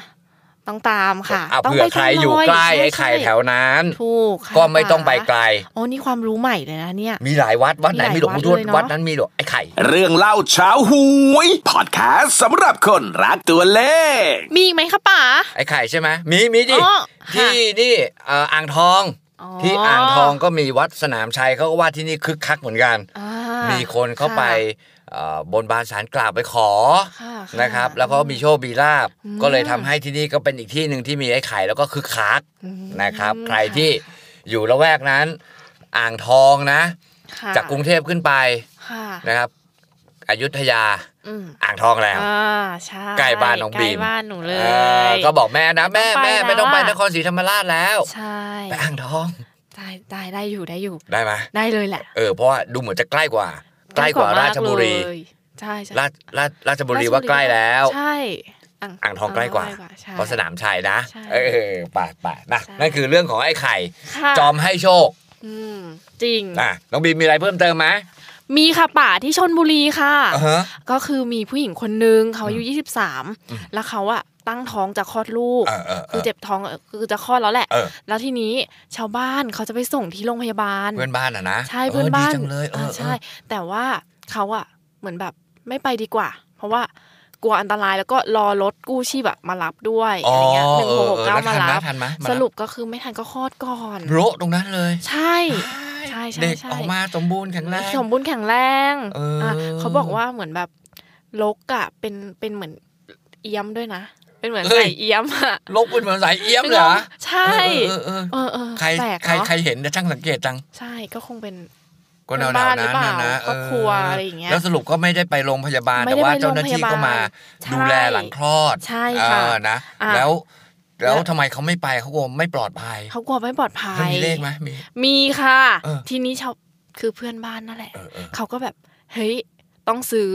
Speaker 2: ต้องตามค่ะ
Speaker 3: อ่ะ
Speaker 2: ต้อง
Speaker 3: เผื่อใครอยู่ใกล้
Speaker 2: ช่
Speaker 3: ไอ้ไข่
Speaker 2: ช่
Speaker 3: แถวนั้น
Speaker 2: ถูกค่ะ
Speaker 3: ก็ไม่ต้องไปไกล
Speaker 2: โอ้นี่ความรู้ใหม่เลยนะเนี่ย
Speaker 3: มีหลายวัดวัดไหน
Speaker 2: มี
Speaker 3: มีห
Speaker 2: ห
Speaker 3: ลว
Speaker 2: ลางย
Speaker 3: ปู่ทว
Speaker 2: วั
Speaker 3: ด
Speaker 2: ดเลยเนอะ
Speaker 3: วัดนั้นมีหลวงไอ้ไข่
Speaker 1: เรื่องเล่าเช้าหวยพอดแคสต์สำหรับคนรักตัวเลข
Speaker 2: มีอีกไหมคะป๋า
Speaker 3: ไอ้ไข่ใช่ไหมมีมีดิ
Speaker 2: อ๋อ
Speaker 3: ที่นี่เอ่ออ่างทอง
Speaker 2: อ๋อ
Speaker 3: ที่อ่างทองก็มีวัดสนามชัยเขาก็ว่าที่นี่คึกคักเหมือนกัน
Speaker 2: อ่า
Speaker 3: มีคนเข้าไป
Speaker 2: ค่ะ
Speaker 3: เอ่อบนบานสารกล่าวไปขอ
Speaker 2: ค่ะค่ะ
Speaker 3: นะครับ แล้วก็มีโชคมีลาบ
Speaker 2: อืม
Speaker 3: ก็เลยทำให้ที่นี่ก็เป็นอีกที่หนึ่งที่มีไอ้ไข่แล้วก็คึกคัก
Speaker 2: อืม
Speaker 3: นะครับ ใครที่อยู่ละแวกนั้น อ่างทองนะ
Speaker 2: ค่ะ
Speaker 3: จากกรุงเทพขึ้นไป
Speaker 2: ค่ะ
Speaker 3: นะครับอยุธยา
Speaker 2: อืม
Speaker 3: อ่างทองแล้ว
Speaker 2: อ่าใช่
Speaker 3: ใกล้บ้านน้องบีม
Speaker 2: ใกล้บ้านหนูเล
Speaker 3: ออย ก็บอกแม่นะแม่แม่
Speaker 2: ไม่
Speaker 3: ไม่
Speaker 2: ต้
Speaker 3: ต้อ
Speaker 2: องง
Speaker 3: ไป
Speaker 2: ไป
Speaker 3: นครศรีธรรมราชแล้ว
Speaker 2: ใช่
Speaker 3: ไปอ่างทอง
Speaker 2: ได้ได้ได้อยู่ได้อยู่
Speaker 3: ได้ไหม
Speaker 2: ได้เลยแหละ
Speaker 3: เออเพราะว่าดูเหมือนจะใกล้กว่า ใกล้กว่าราชบุรี
Speaker 2: ใกล้กว่ามากเลยใช่ใช่
Speaker 3: ราชราชราชบุรีว่าใกล้แล้ว
Speaker 2: ใช่
Speaker 3: อ่างทองใกล้กว่า
Speaker 2: ใช่
Speaker 3: เพราะสนามชัยนะ
Speaker 2: ใช่
Speaker 3: เออป่าป่านะ
Speaker 2: ใช่
Speaker 3: นั่นคือเรื่องของไอ้ไข่
Speaker 2: ค่ะ
Speaker 3: จอมให้โชค
Speaker 2: อืมจริง
Speaker 3: นะน้องบีมมีอะไรเพิ่มเติมไหม
Speaker 2: มีค่ะป่าที่ชนบุรีค่ะ
Speaker 3: อ่าฮะ
Speaker 2: ก็คือมีผู้หญิงคนนึงเขาอายุ23 แล้วเขาอะตั้งท้องจะคลอดลูก
Speaker 3: เออเออเออ
Speaker 2: คือเจ็บท้องเออคือจะคลอดแล้วแหละ
Speaker 3: เออ
Speaker 2: แล้วทีนี้ชาวบ้านเขาจะไปส่งที่โรงพยาบาล
Speaker 3: เพื่อนบ้านอ่ะนะ
Speaker 2: ใช่เพื่อนบ้าน
Speaker 3: ดีจังเลยเออ
Speaker 2: อ่า
Speaker 3: เออ
Speaker 2: ใช่ แต่ว่าเขาอะเหมือนแบบไม่ไปดีกว่า เพราะว่ากลัวอันตรายแล้วก็รอรถกู้ชีพแบบมารับด้วย
Speaker 3: อ๋
Speaker 2: อะ
Speaker 3: อ
Speaker 2: ไรเงี้ยหนึ่ง
Speaker 3: เอ
Speaker 2: ห
Speaker 3: อก
Speaker 2: หก
Speaker 3: เออ
Speaker 2: เก้า
Speaker 3: แล้ว
Speaker 2: มา
Speaker 3: ทันไหม
Speaker 2: รับ
Speaker 3: ทันไหมมา
Speaker 2: ส
Speaker 3: รับ
Speaker 2: รุปก็คือไม่ทันก็คลอดก่อน
Speaker 3: โรตรงนั้นเลย
Speaker 2: ใช่ ใช่ใช่
Speaker 3: เด็ก
Speaker 2: ใช่
Speaker 3: ออกมาสมบูรณ์แข็งแรง
Speaker 2: สมบูรณ์แข็งแรง
Speaker 3: เอออ่
Speaker 2: ะเขาบอกว่าเหมือนแบบลกอะเป็นเป็นเหมือนเอี้ยมด้วยนะ เป็นเหมือนใส่เอี้ยมอะ
Speaker 3: ลกเป็นเหมือนสายเอี้ยมเหรอ
Speaker 2: ใช่
Speaker 3: เออเออเอ
Speaker 2: เอ
Speaker 3: อ
Speaker 2: อเออ
Speaker 3: ใคร
Speaker 2: แปลก
Speaker 3: ใครใคร
Speaker 2: เนาะ
Speaker 3: เห็นแต่ช่างสังเกตจัง
Speaker 2: ใช่ก็คงเป็น
Speaker 3: ก็
Speaker 2: เป็
Speaker 3: แนวน ๆ
Speaker 2: บ้าน
Speaker 3: นั้น
Speaker 2: หรือเปล่า
Speaker 3: นะนะ
Speaker 2: ครอบครัวอะไรอย่างเงี้ย
Speaker 3: แล้วสรุปก็ไม่ได้ไปโรงพยาบาล
Speaker 2: ไม่
Speaker 3: แต่
Speaker 2: ได้
Speaker 3: ว่า
Speaker 2: ไปโรงพยาบาล
Speaker 3: เจ้าหน้าที่ก็มา
Speaker 2: ใช่
Speaker 3: ดูแลหลังคลอด
Speaker 2: ใช่ค่ะ
Speaker 3: เออนะ
Speaker 2: อ่ะ
Speaker 3: แล้วแล้วทำไมเขาไม่ไปเขากลัวไม่ปลอดภัย
Speaker 2: เขากลัวไม่ปลอดภั
Speaker 3: เขา
Speaker 2: ย
Speaker 3: มีเลขไหมมี
Speaker 2: มีค่ะ
Speaker 3: เออ
Speaker 2: ทีนี้ชาวคือเพื่อนบ้านนั่นแหละ
Speaker 3: เออเออ
Speaker 2: เขาก็แบบ เฮ้ย ต้องซื้อ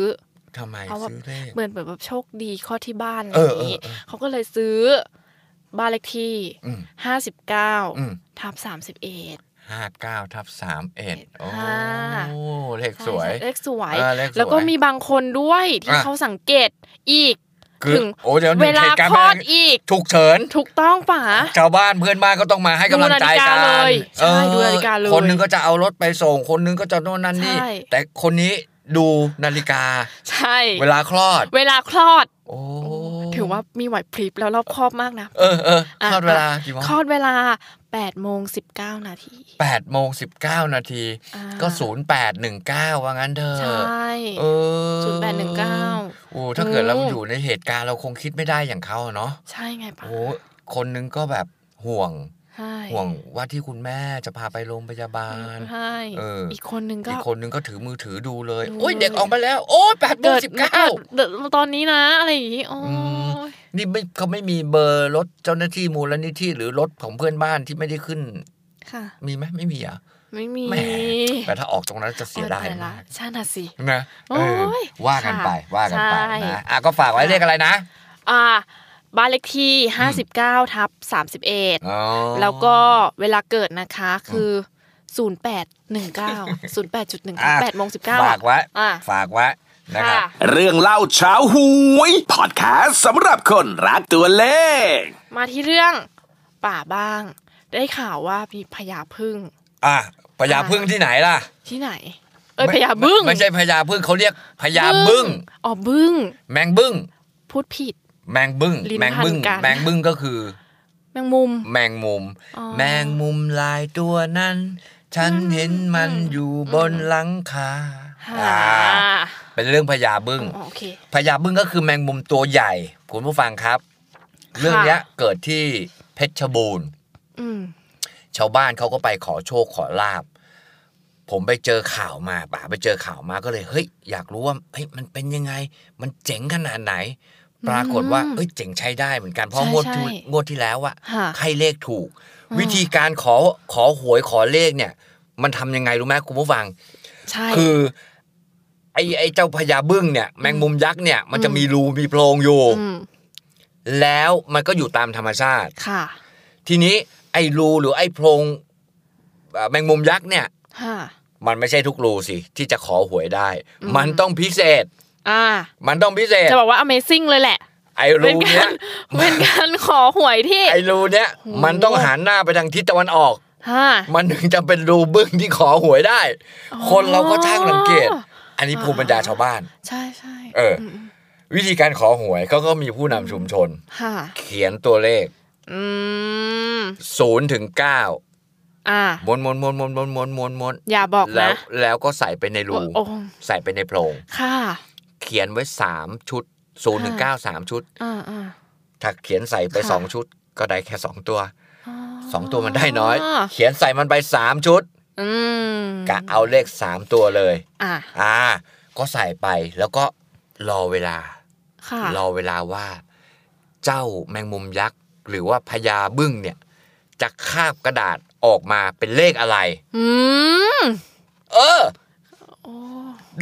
Speaker 3: ทำไม
Speaker 2: เขาว่า
Speaker 3: ซื้อเลข
Speaker 2: เหมือนแบบแบบโชคดีข้อที่บ้านอะไร
Speaker 3: เอ
Speaker 2: อ
Speaker 3: อเอย่าง อ
Speaker 2: นี้
Speaker 3: เออ
Speaker 2: เขาก็เลยซื้อบ้านเลขที่
Speaker 3: อืม
Speaker 2: ห้าสิบเก้า
Speaker 3: อืม
Speaker 2: ทับสามสิบเอ็ด
Speaker 3: ห้าเก้าทับสามเอ็ดโอ้
Speaker 2: ค่ะ
Speaker 3: เลขสวย
Speaker 2: เลขสวย
Speaker 3: เออเลขสวย
Speaker 2: แล้วก็มีบางคนด้วยที่
Speaker 3: อ่ะ
Speaker 2: เขาสังเกตอีก
Speaker 3: คือ
Speaker 2: ถึง
Speaker 3: โอ้เดี๋ยวห
Speaker 2: เว
Speaker 3: นึ่ง
Speaker 2: ลา
Speaker 3: เหตุการณ์
Speaker 2: คลอด
Speaker 3: ไม่ได้
Speaker 2: อีก
Speaker 3: ฉุกเฉิน
Speaker 2: ถูกต้องป่า
Speaker 3: ชาวบ้านเพื่อนบ้านก็ต้องมาให้กำลัง
Speaker 2: ดู
Speaker 3: ใจกัน
Speaker 2: นาฬิกาเลยใช่
Speaker 3: ออ
Speaker 2: ดูนาฬิกาเลย
Speaker 3: คนหนึงก็จะเอารถไปส่ง คนหนึงก็จะโน่นนั่นนี่
Speaker 2: ใช่
Speaker 3: แต่คนนี้ดูนาฬิกา
Speaker 2: ใช่
Speaker 3: เวลาคลอด
Speaker 2: เวลาคลอด
Speaker 3: โอ้
Speaker 2: ถือว่ามีไหวพริบแล้วรอบคอบมากนะ
Speaker 3: เออเออ
Speaker 2: อ่ะ
Speaker 3: คลอดเวลากี่โมง
Speaker 2: คลอดเวลา8โมง19 นาที
Speaker 3: แปดโมงสิบเก้านาที
Speaker 2: อ่า
Speaker 3: ก็ศูนย์แปดหนึ่งเก้าว่างั้นเถอะ
Speaker 2: ใช่
Speaker 3: เออ
Speaker 2: 0819
Speaker 3: โอ้ถ้าเกิดเรา
Speaker 2: อืม
Speaker 3: อยู่ในเหตุการณ์เราคงคิดไม่ได้อย่างเขาอะเนาะ
Speaker 2: ใช่ไงป่ะ
Speaker 3: โอ้คนหนึงก็แบบห่วง
Speaker 2: ใช่
Speaker 3: ห่วงว่าที่คุณแม่จะพาไปโรงพยาบาล
Speaker 2: ใช่
Speaker 3: เอออี
Speaker 2: อีกคนนึงก็
Speaker 3: อีกคนนึงก็ถือมือถือดูเลย
Speaker 2: ดู
Speaker 3: โอ้ยเด็ก
Speaker 2: เลย
Speaker 3: ออกมาแล้ว โอ้ยแปดโมง
Speaker 2: เกิด
Speaker 3: สิบ
Speaker 2: มา
Speaker 3: เก้า
Speaker 2: เกิดตอนนี้นะ อะไรอย่างงี้โอ้
Speaker 3: อื
Speaker 2: ย
Speaker 3: นี่ไม่เขาไม่มีเบอร์รถเจ้าหน้าที่มูลนิธิหรือรถของเพื่อนบ้านที่ไม่ได้ขึ้น
Speaker 2: ค่ะ
Speaker 3: มีไหมไม่มีเหรอ่ะ
Speaker 2: ไม่มี
Speaker 3: แหมแต่ถ้าออกตรงนั้นจะเสียดาย
Speaker 2: โอ๊ตละ
Speaker 3: มาก
Speaker 2: ใช่น่ะสิ
Speaker 3: นะเออ
Speaker 2: โอ้ย
Speaker 3: ว่ากันไป
Speaker 2: ค่ะ
Speaker 3: ว่ากันไป
Speaker 2: ใช่
Speaker 3: นะอ่ะก็ฝากไว้เลขอะไรนะ
Speaker 2: อ่าบ้านเลขที่59ทับ31
Speaker 3: อ๋อ
Speaker 2: แล้วก็เวลาเกิดนะคะคือ 0819 08.19 8โมง19
Speaker 3: ฝากไว้
Speaker 2: อ่ะ
Speaker 3: ฝากไว้นะครับ
Speaker 2: ค่ะ
Speaker 1: เรื่องเล่าเช้าหวยพอดแคสต์สำหรับคนรักตัวเลข
Speaker 2: มาที่เรื่องป่าบ้าง ได้ข่าวว่ามีพญาพึ่ง
Speaker 3: อ่ะพญาพึ่งที่ไหนล่ะ
Speaker 2: ที่ไหน เอ้ยพญาบึ้ง
Speaker 3: ไม่ไม่ใช่พญาพึ่งเขาเรียกพญาบึ้ง
Speaker 2: อ๋อบึ้ง
Speaker 3: แมงบึ้ง
Speaker 2: พูดผิด
Speaker 3: แมงบึ้ง
Speaker 2: ลิ้น
Speaker 3: แมงบึ้ง
Speaker 2: พันกัน
Speaker 3: แมงบึ้งก็คือ
Speaker 2: แมงมุม
Speaker 3: แมงมุม
Speaker 2: อ๋อ
Speaker 3: แมงมุมลายตัวนั้น ฉันเห็นมัน
Speaker 2: อืม
Speaker 3: อยู่บนหลังคา
Speaker 2: ฮ่า
Speaker 3: อ่าเป็นเรื่องพญาบึ้ง
Speaker 2: อ๋อโอเค
Speaker 3: พญาบึ้งก็คือแมงมุมตัวใหญ่ คุณผู้ฟังครับ เรื่องเนี้ยเกิดที่เพชรบูรณ์
Speaker 2: อืม
Speaker 3: ชาวบ้านเขาก็ไปขอโชคขอลาบ ผมไปเจอข่าวมาป่าไปเจอข่าวมาก็เลยเฮ้ยอยากรู้ว่าเฮ้ยมันเป็นยังไง มันเจ๋งขนาดไหน ปรากฏว่าเอ้ยเจ๋งใช้ได้เหมือนกันเพราะ
Speaker 2: ใช่
Speaker 3: งวด
Speaker 2: ใช่
Speaker 3: ที่งวดที่แล้วอะ
Speaker 2: ค่ะ
Speaker 3: ให้เลขถูก
Speaker 2: อืม
Speaker 3: วิธีการขอขอหวยขอเลขเนี่ย มันทำยังไงรู้ไหมคุณผู้ฟัง
Speaker 2: ใช่
Speaker 3: คือ ไอ้ไอ้เจ้าพญาบึ้งเนี่ย แมงมุมยักษ์เนี่ยมันจะมีรูมีโพรงอยู่
Speaker 2: อืม
Speaker 3: แล้วมันก็อยู่ตามธรรมชาติ
Speaker 2: ค่ะ
Speaker 3: ทีนี้ไอ้รูหรือไอ้โพรงเอ่อแมงมุมยักษ์เนี่ย
Speaker 2: ค่ะ
Speaker 3: มันไม่ใช่ทุกรูสิ ที่จะขอหวยได้
Speaker 2: อืม
Speaker 3: มันต้องพิเศษ
Speaker 2: อ่า
Speaker 3: มันต้องพิเศษ
Speaker 2: จะบอกว่า amazing เลยแห ละ
Speaker 3: ไอ้
Speaker 2: เป็
Speaker 3: รู
Speaker 2: นการ
Speaker 3: เนี้ย
Speaker 2: เป็นการขอหวยที่
Speaker 3: ไอ้รูเนี้ย
Speaker 2: โอ้
Speaker 3: มันต้องหันหน้าไปทางทิศตะวันออก
Speaker 2: ค่ะ
Speaker 3: มันถึงจะเป็นรูบึ้งที่ขอหวยได้ คนเราก็ช่างสังเกต อันนี้ภูมิปัญญาชาวบ้าน
Speaker 2: ใช่ใช่
Speaker 3: เอออื
Speaker 2: ม
Speaker 3: วิธีการขอหวยเขาก็มีผู้นำชุมชน
Speaker 2: ค่ะ
Speaker 3: เขียนตัวเลข
Speaker 2: อืม
Speaker 3: 0ูนย์ถึงเก้า
Speaker 2: อ่า
Speaker 3: ม้วนม้วนม้วนม้วนม้วนม้วนม้วนม้วน
Speaker 2: อย่าบอก
Speaker 3: แล้ว
Speaker 2: นะ
Speaker 3: แล้วก็ใส่ไปในรู
Speaker 2: โอ้โอ้
Speaker 3: ใส่ไปในโพรง
Speaker 2: ค่ะ
Speaker 3: เขียนไว้ 3 ชุด0ูนย์ถึงเก้าสามชุด
Speaker 2: อ่าอ่า
Speaker 3: ถ้าเขียนใส่ไป
Speaker 2: ค่ะ
Speaker 3: 2 ชุด ก็ได้แค่ 2 ตัว
Speaker 2: อ๋อ
Speaker 3: 2 ตัวมันได้น้อย เขียนใส่มันไป 3 ชุด
Speaker 2: อืม
Speaker 3: กะเอาเลข 3 ตัวเลย
Speaker 2: อ่า
Speaker 3: อ่า ก็ใส่ไปแล้วก็รอเวลา
Speaker 2: ค่ะ
Speaker 3: รอเวลาว่า เจ้าแมงมุมยักษ์ หรือว่าพญาบึ้งเนี่ย จะคาบกระดาษออกมาเป็นเลขอะไร
Speaker 2: อืม
Speaker 3: เออ
Speaker 2: โอ้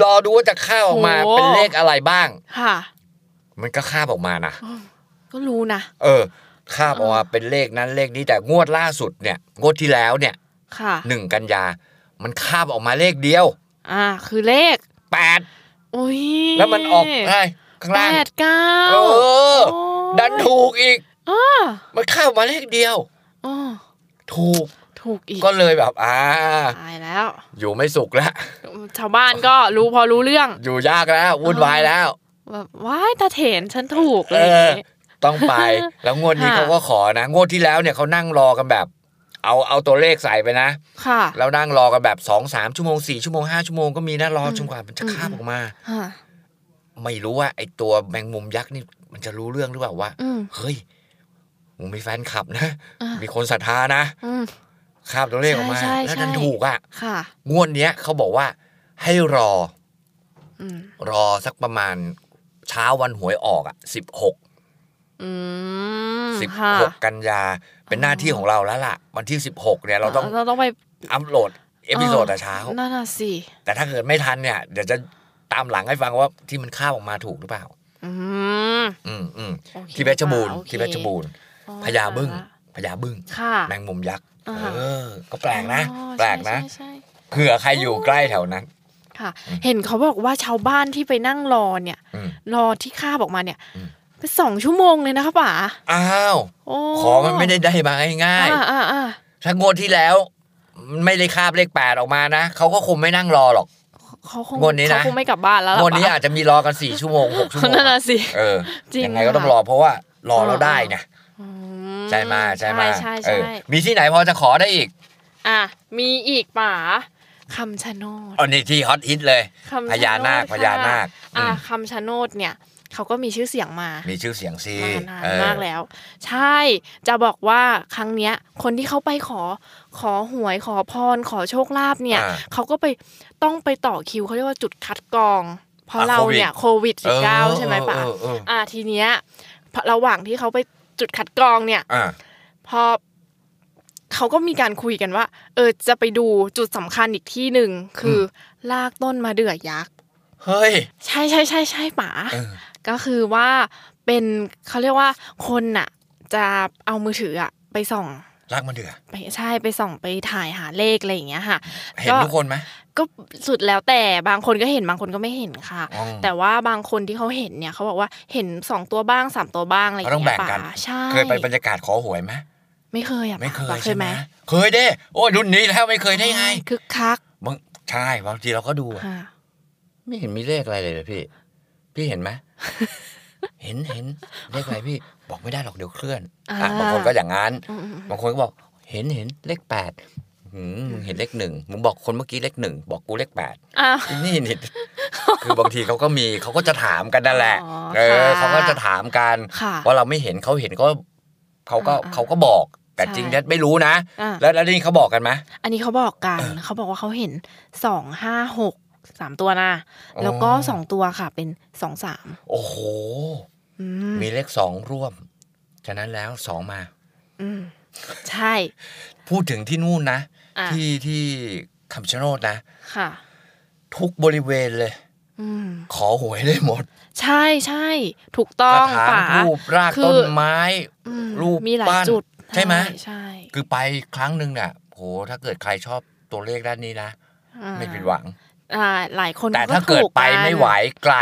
Speaker 3: รอดูว่าจะคาบออกมา
Speaker 2: โอ้
Speaker 3: เป็นเลขอะไรบ้าง
Speaker 2: ค่ะ
Speaker 3: มันก็คาบออกมานะ
Speaker 2: ก็รู้นะ
Speaker 3: เออคาบออกมาเป็นเลขนั้นเลขนี้แต่งวดล่าสุดเนี่ย งวดที่แล้วเนี่ย
Speaker 2: ค่ะ
Speaker 3: หนึ่งกันยา มันคาบออกมาเลขเดียว
Speaker 2: อ่า คือเลข
Speaker 3: แปด
Speaker 2: อุ้ย
Speaker 3: แล้วมันออกอะไรข้างล่าง
Speaker 2: แปดเก้า
Speaker 3: เออ
Speaker 2: โอ้ย
Speaker 3: ดันถูกอีก
Speaker 2: อ่า
Speaker 3: มันคาบออกมาเลขเดียว
Speaker 2: อ๋อ
Speaker 3: ถูก
Speaker 2: ถูกอีก
Speaker 3: ก็เลยแบบอ่า
Speaker 2: ตายแล้ว
Speaker 3: อยู่ไม่สุขแล้ว
Speaker 2: ชาวบ้านก็รู้พอรู้เรื่อง
Speaker 3: อยู่ยากแล้ววุ่นวายแล้ว
Speaker 2: แบบว้ายตาเถนฉันถูก
Speaker 3: เอ
Speaker 2: เลยาง
Speaker 3: อ
Speaker 2: งี้
Speaker 3: ต้องไปแล้วงวดนี้
Speaker 2: ค่ะ
Speaker 3: เขาก็ขอนะ งวดที่แล้วเนี่ยเขานั่งรอกันแบบ เอาเอาตัวเลขใส่ไปนะ
Speaker 2: ค่ะ
Speaker 3: แล้วนั่งรอกันแบบสองสามชั่วโมงสี่ชั่วโมงห้าชั่วโมงก็มีนะรอจนกว่ามันจะคาบออกมา
Speaker 2: ค่ะ
Speaker 3: ไม่รู้ว่าไอตัวแมงมุมยักษ์นี่มันจะรู้เรื่องหรือเปล่าว่า
Speaker 2: อืม
Speaker 3: เฮ้ยมึงมีแฟนคลับนะ
Speaker 2: อ่ามี
Speaker 3: มีคนศรัทธานะ
Speaker 2: อืม
Speaker 3: คาบตัวเลขออกมา
Speaker 2: ใช่ใช่
Speaker 3: แล้วดันถูกอ่ะ
Speaker 2: ค่ะ
Speaker 3: งวดเนี้ยเขาบอกว่า ให้รอ
Speaker 2: อืม
Speaker 3: รอสักประมาณเช้าวันหวยออกอ่ะสิบหก
Speaker 2: อืม
Speaker 3: สิบ
Speaker 2: ค่ะ
Speaker 3: หกกันยาเป็นหน้าที่ของเราแล้วล่ะ วันที่สิบหกเนี่ยเราต้อง
Speaker 2: เราต้องไป
Speaker 3: อัพโหลดเอพิโซดแต่เช้า
Speaker 2: นั่นน่ะสิ
Speaker 3: แต่ถ้าเกิดไม่ทันเนี่ยเดี๋ยวจะตามหลังให้ฟังว่าที่มันข้าวออกมาถูกหรือเปล่า
Speaker 2: อืม
Speaker 3: อืมอืม
Speaker 2: โอค
Speaker 3: ที่เพชรบูรณ์
Speaker 2: โอค
Speaker 3: ที่เพชรบูรณ์
Speaker 2: อ๋อ
Speaker 3: พญาบึ้งพญาบึ้ง
Speaker 2: ค่ะ
Speaker 3: แมงมุมยักษ์
Speaker 2: อ่า
Speaker 3: เออ ก็แปลกนะ
Speaker 2: อ๋อ
Speaker 3: แปลกนะ
Speaker 2: ใช่ใช่ใช่
Speaker 3: เผื่อใครอยู่ใกล้แถวนั้น
Speaker 2: ค่ะ เห็นเขาบอกว่าชาวบ้านที่ไปนั่งรอเนี่ย
Speaker 3: อืม
Speaker 2: รอที่ข้าบออกมาเนี่ย
Speaker 3: อืม
Speaker 2: เป็นสองชั่วโมงเลยนะคะป๋า
Speaker 3: อ้าว
Speaker 2: โอ้
Speaker 3: ขอมันไม่ได้ได้มาง่าย
Speaker 2: อ่าอ่าอ่า
Speaker 3: ๆถ้างวดที่แล้วมันไม่ได้คาบเลขแปดออกมานะเขาก็คงไม่นั่งรอหรอก
Speaker 2: เขาคง
Speaker 3: งวดนี้นะ
Speaker 2: เขาคงไม่กลับบ้านแล้วล่ะ
Speaker 3: งวดนี้
Speaker 2: ป๋า
Speaker 3: อาจจะมีรอกันสี่ชั่วโมงหกชั่วโมง
Speaker 2: นั่นน่ะสิ
Speaker 3: เออ
Speaker 2: จริง
Speaker 3: ยังไงก็ต้อง
Speaker 2: ค่ะ
Speaker 3: รอเพราะว่ารอแล้วได้ไง
Speaker 2: อื
Speaker 3: ใช่ไหมใช่ไหม
Speaker 2: ใช่
Speaker 3: เอ
Speaker 2: ใช่
Speaker 3: อ
Speaker 2: ใช่
Speaker 3: มีที่ไหนพอจะขอได้อีก
Speaker 2: อ่ะมีอีกป๋าคำชะโนด
Speaker 3: อันนี้ที่ฮอตฮิตเลย
Speaker 2: คำ
Speaker 3: พ
Speaker 2: ชะโด
Speaker 3: ญานาค
Speaker 2: ค่ะ
Speaker 3: พญานาค
Speaker 2: อ่ะ
Speaker 3: อืม
Speaker 2: คำชะโนดเนี่ยเขาก็มีชื่อเสียงมา
Speaker 3: มีชื่อเสียงซี
Speaker 2: มานาน
Speaker 3: เออ
Speaker 2: มากแล้ว ใช่จะบอกว่าครั้งเนี้ย คนที่เขาไปขอขอหวยขอพร ขอโชคลาภเนี่ย
Speaker 3: อ่า
Speaker 2: เขาก็ไปต้องไปต่อคิวเขาเรียกว่าจุดคัดกรอง เพราะ
Speaker 3: อ่ะ
Speaker 2: เราเนี่ยโควิด
Speaker 3: เออ
Speaker 2: 19ใช่ไหม
Speaker 3: เออ
Speaker 2: ป่ะ
Speaker 3: เออเออ
Speaker 2: อ่าทีเนี้ยพอระหว่างที่เขาไปจุดคัดกรองเนี่ย
Speaker 3: อ่า
Speaker 2: พอเขาก็มีการคุยกันว่า เออจะไปดูจุดสำคัญอีกที่หนึ่งคืออลากต้นมาเดือยักษ์
Speaker 3: เฮ้ย
Speaker 2: ใช่ใช่ใช่ใช่ป่า
Speaker 3: เออ
Speaker 2: ก็คือว่าเป็นเขาเรียกว่าคนน่ะ จะเอามือถืออะไปส่อง
Speaker 3: รักมันเดือ
Speaker 2: ไปใช่ไปส่องไปถ่ายหาเลขอะไรอย่างเงี้ยค่ะ
Speaker 3: เห็นทุกคนไหม
Speaker 2: ก็สุดแล้วแต่บางคนก็เห็นบางคนก็ไม่เห็นค่ะ
Speaker 3: อ๋อ
Speaker 2: แต่ว่าบางคนที่เขาเห็นเนี่ยเขาบอกว่าเห็นสองตัวบ้างสามตัวบ้างอะไรอย่าง
Speaker 3: เราต้องแบ่
Speaker 2: เงี้ย
Speaker 3: งกัน
Speaker 2: ป่ะใช่
Speaker 3: เคยไปบรรยากาศขอหวยไหม
Speaker 2: ไม่เคยอ่ะ
Speaker 3: ไม่เค
Speaker 2: ป่ะ
Speaker 3: ย
Speaker 2: เค
Speaker 3: ใช่
Speaker 2: ย
Speaker 3: ไห
Speaker 2: ไห
Speaker 3: ม
Speaker 2: ม
Speaker 3: เคยเด้โอ้ยรุ่นนี้แล้วไม่เคยได้ไง
Speaker 2: คึกคัก
Speaker 3: บางใช่บางทีเราก็ดูอะ
Speaker 2: ค่ะ
Speaker 3: ไม่เห็นมีเลขอะไรเลยเลยพี่ พี่เห็นไหม เห็นเห็นเลขอะไรพี่ บอกไม่ได้หรอกเดี๋ยวเคลื่อน
Speaker 2: อ่า
Speaker 3: อ่ะบางคนก็อย่างนั้น
Speaker 2: อืม
Speaker 3: บางคนก็บอกเห็นเห็นเลขแปดหืมมึงเห็นเลขหนึ่งมึงบอกคนเมื่อกี้เลขหนึ่งบอกกูเลขแปด
Speaker 2: ๆๆอ้าว
Speaker 3: นี่นี่ คือบางทีเขาก็มีเขาก็จะถามกันนั่นแหละ
Speaker 2: อ๋อ
Speaker 3: เออ
Speaker 2: ค่ะ
Speaker 3: เขาก็จะถามกัน
Speaker 2: ค่ะ
Speaker 3: ว่าเราไม่เห็นเขาเห็นก็เขาก็
Speaker 2: อ่าๆ
Speaker 3: เขาก็บอกแต่
Speaker 2: ใช่
Speaker 3: จริงๆแล้วไม่รู้นะ
Speaker 2: อ่า
Speaker 3: แล้วแล้วนี่เขาบอกกันไหม
Speaker 2: อันนี้เขาบอก กันเขาบอกว่าเขาเห็นสองห้าหกสามตัวนะ
Speaker 3: อ๋อ
Speaker 2: แล้วก็สองตัวค่ะเป็นสองสาม
Speaker 3: โอ้โห
Speaker 2: อืม
Speaker 3: มีเลขสองร่วม ฉะนั้นแล้วสองมา
Speaker 2: อืมใช่
Speaker 3: พูดถึงที่นู่นนะ
Speaker 2: อ่ะ
Speaker 3: ที่ที่คำชะโนดนะ
Speaker 2: ค่ะ
Speaker 3: ทุกบริเวณเลย
Speaker 2: อืม
Speaker 3: ขอหวยได้หมด
Speaker 2: ใช่ใช่ถูก
Speaker 3: ก
Speaker 2: ต้อ
Speaker 3: ระ
Speaker 2: ง
Speaker 3: ถาง
Speaker 2: ป่า
Speaker 3: รูปราก
Speaker 2: คือ
Speaker 3: ต้นไม้
Speaker 2: อืม
Speaker 3: รูป
Speaker 2: มีหลาย
Speaker 3: ปั้น
Speaker 2: จุด
Speaker 3: ใช่ไหม
Speaker 2: ใช่
Speaker 3: คือไปครั้งหนึ่งเนี่ยโหถ้าเกิดใครชอบตัวเลขด้านนี้นะ
Speaker 2: อ่า
Speaker 3: ไม่ผิดหวัง
Speaker 2: อ่าหลายคน
Speaker 3: แต่ถ้าเกิด
Speaker 2: ถู
Speaker 3: ไป
Speaker 2: น
Speaker 3: ไม่ไหวไกล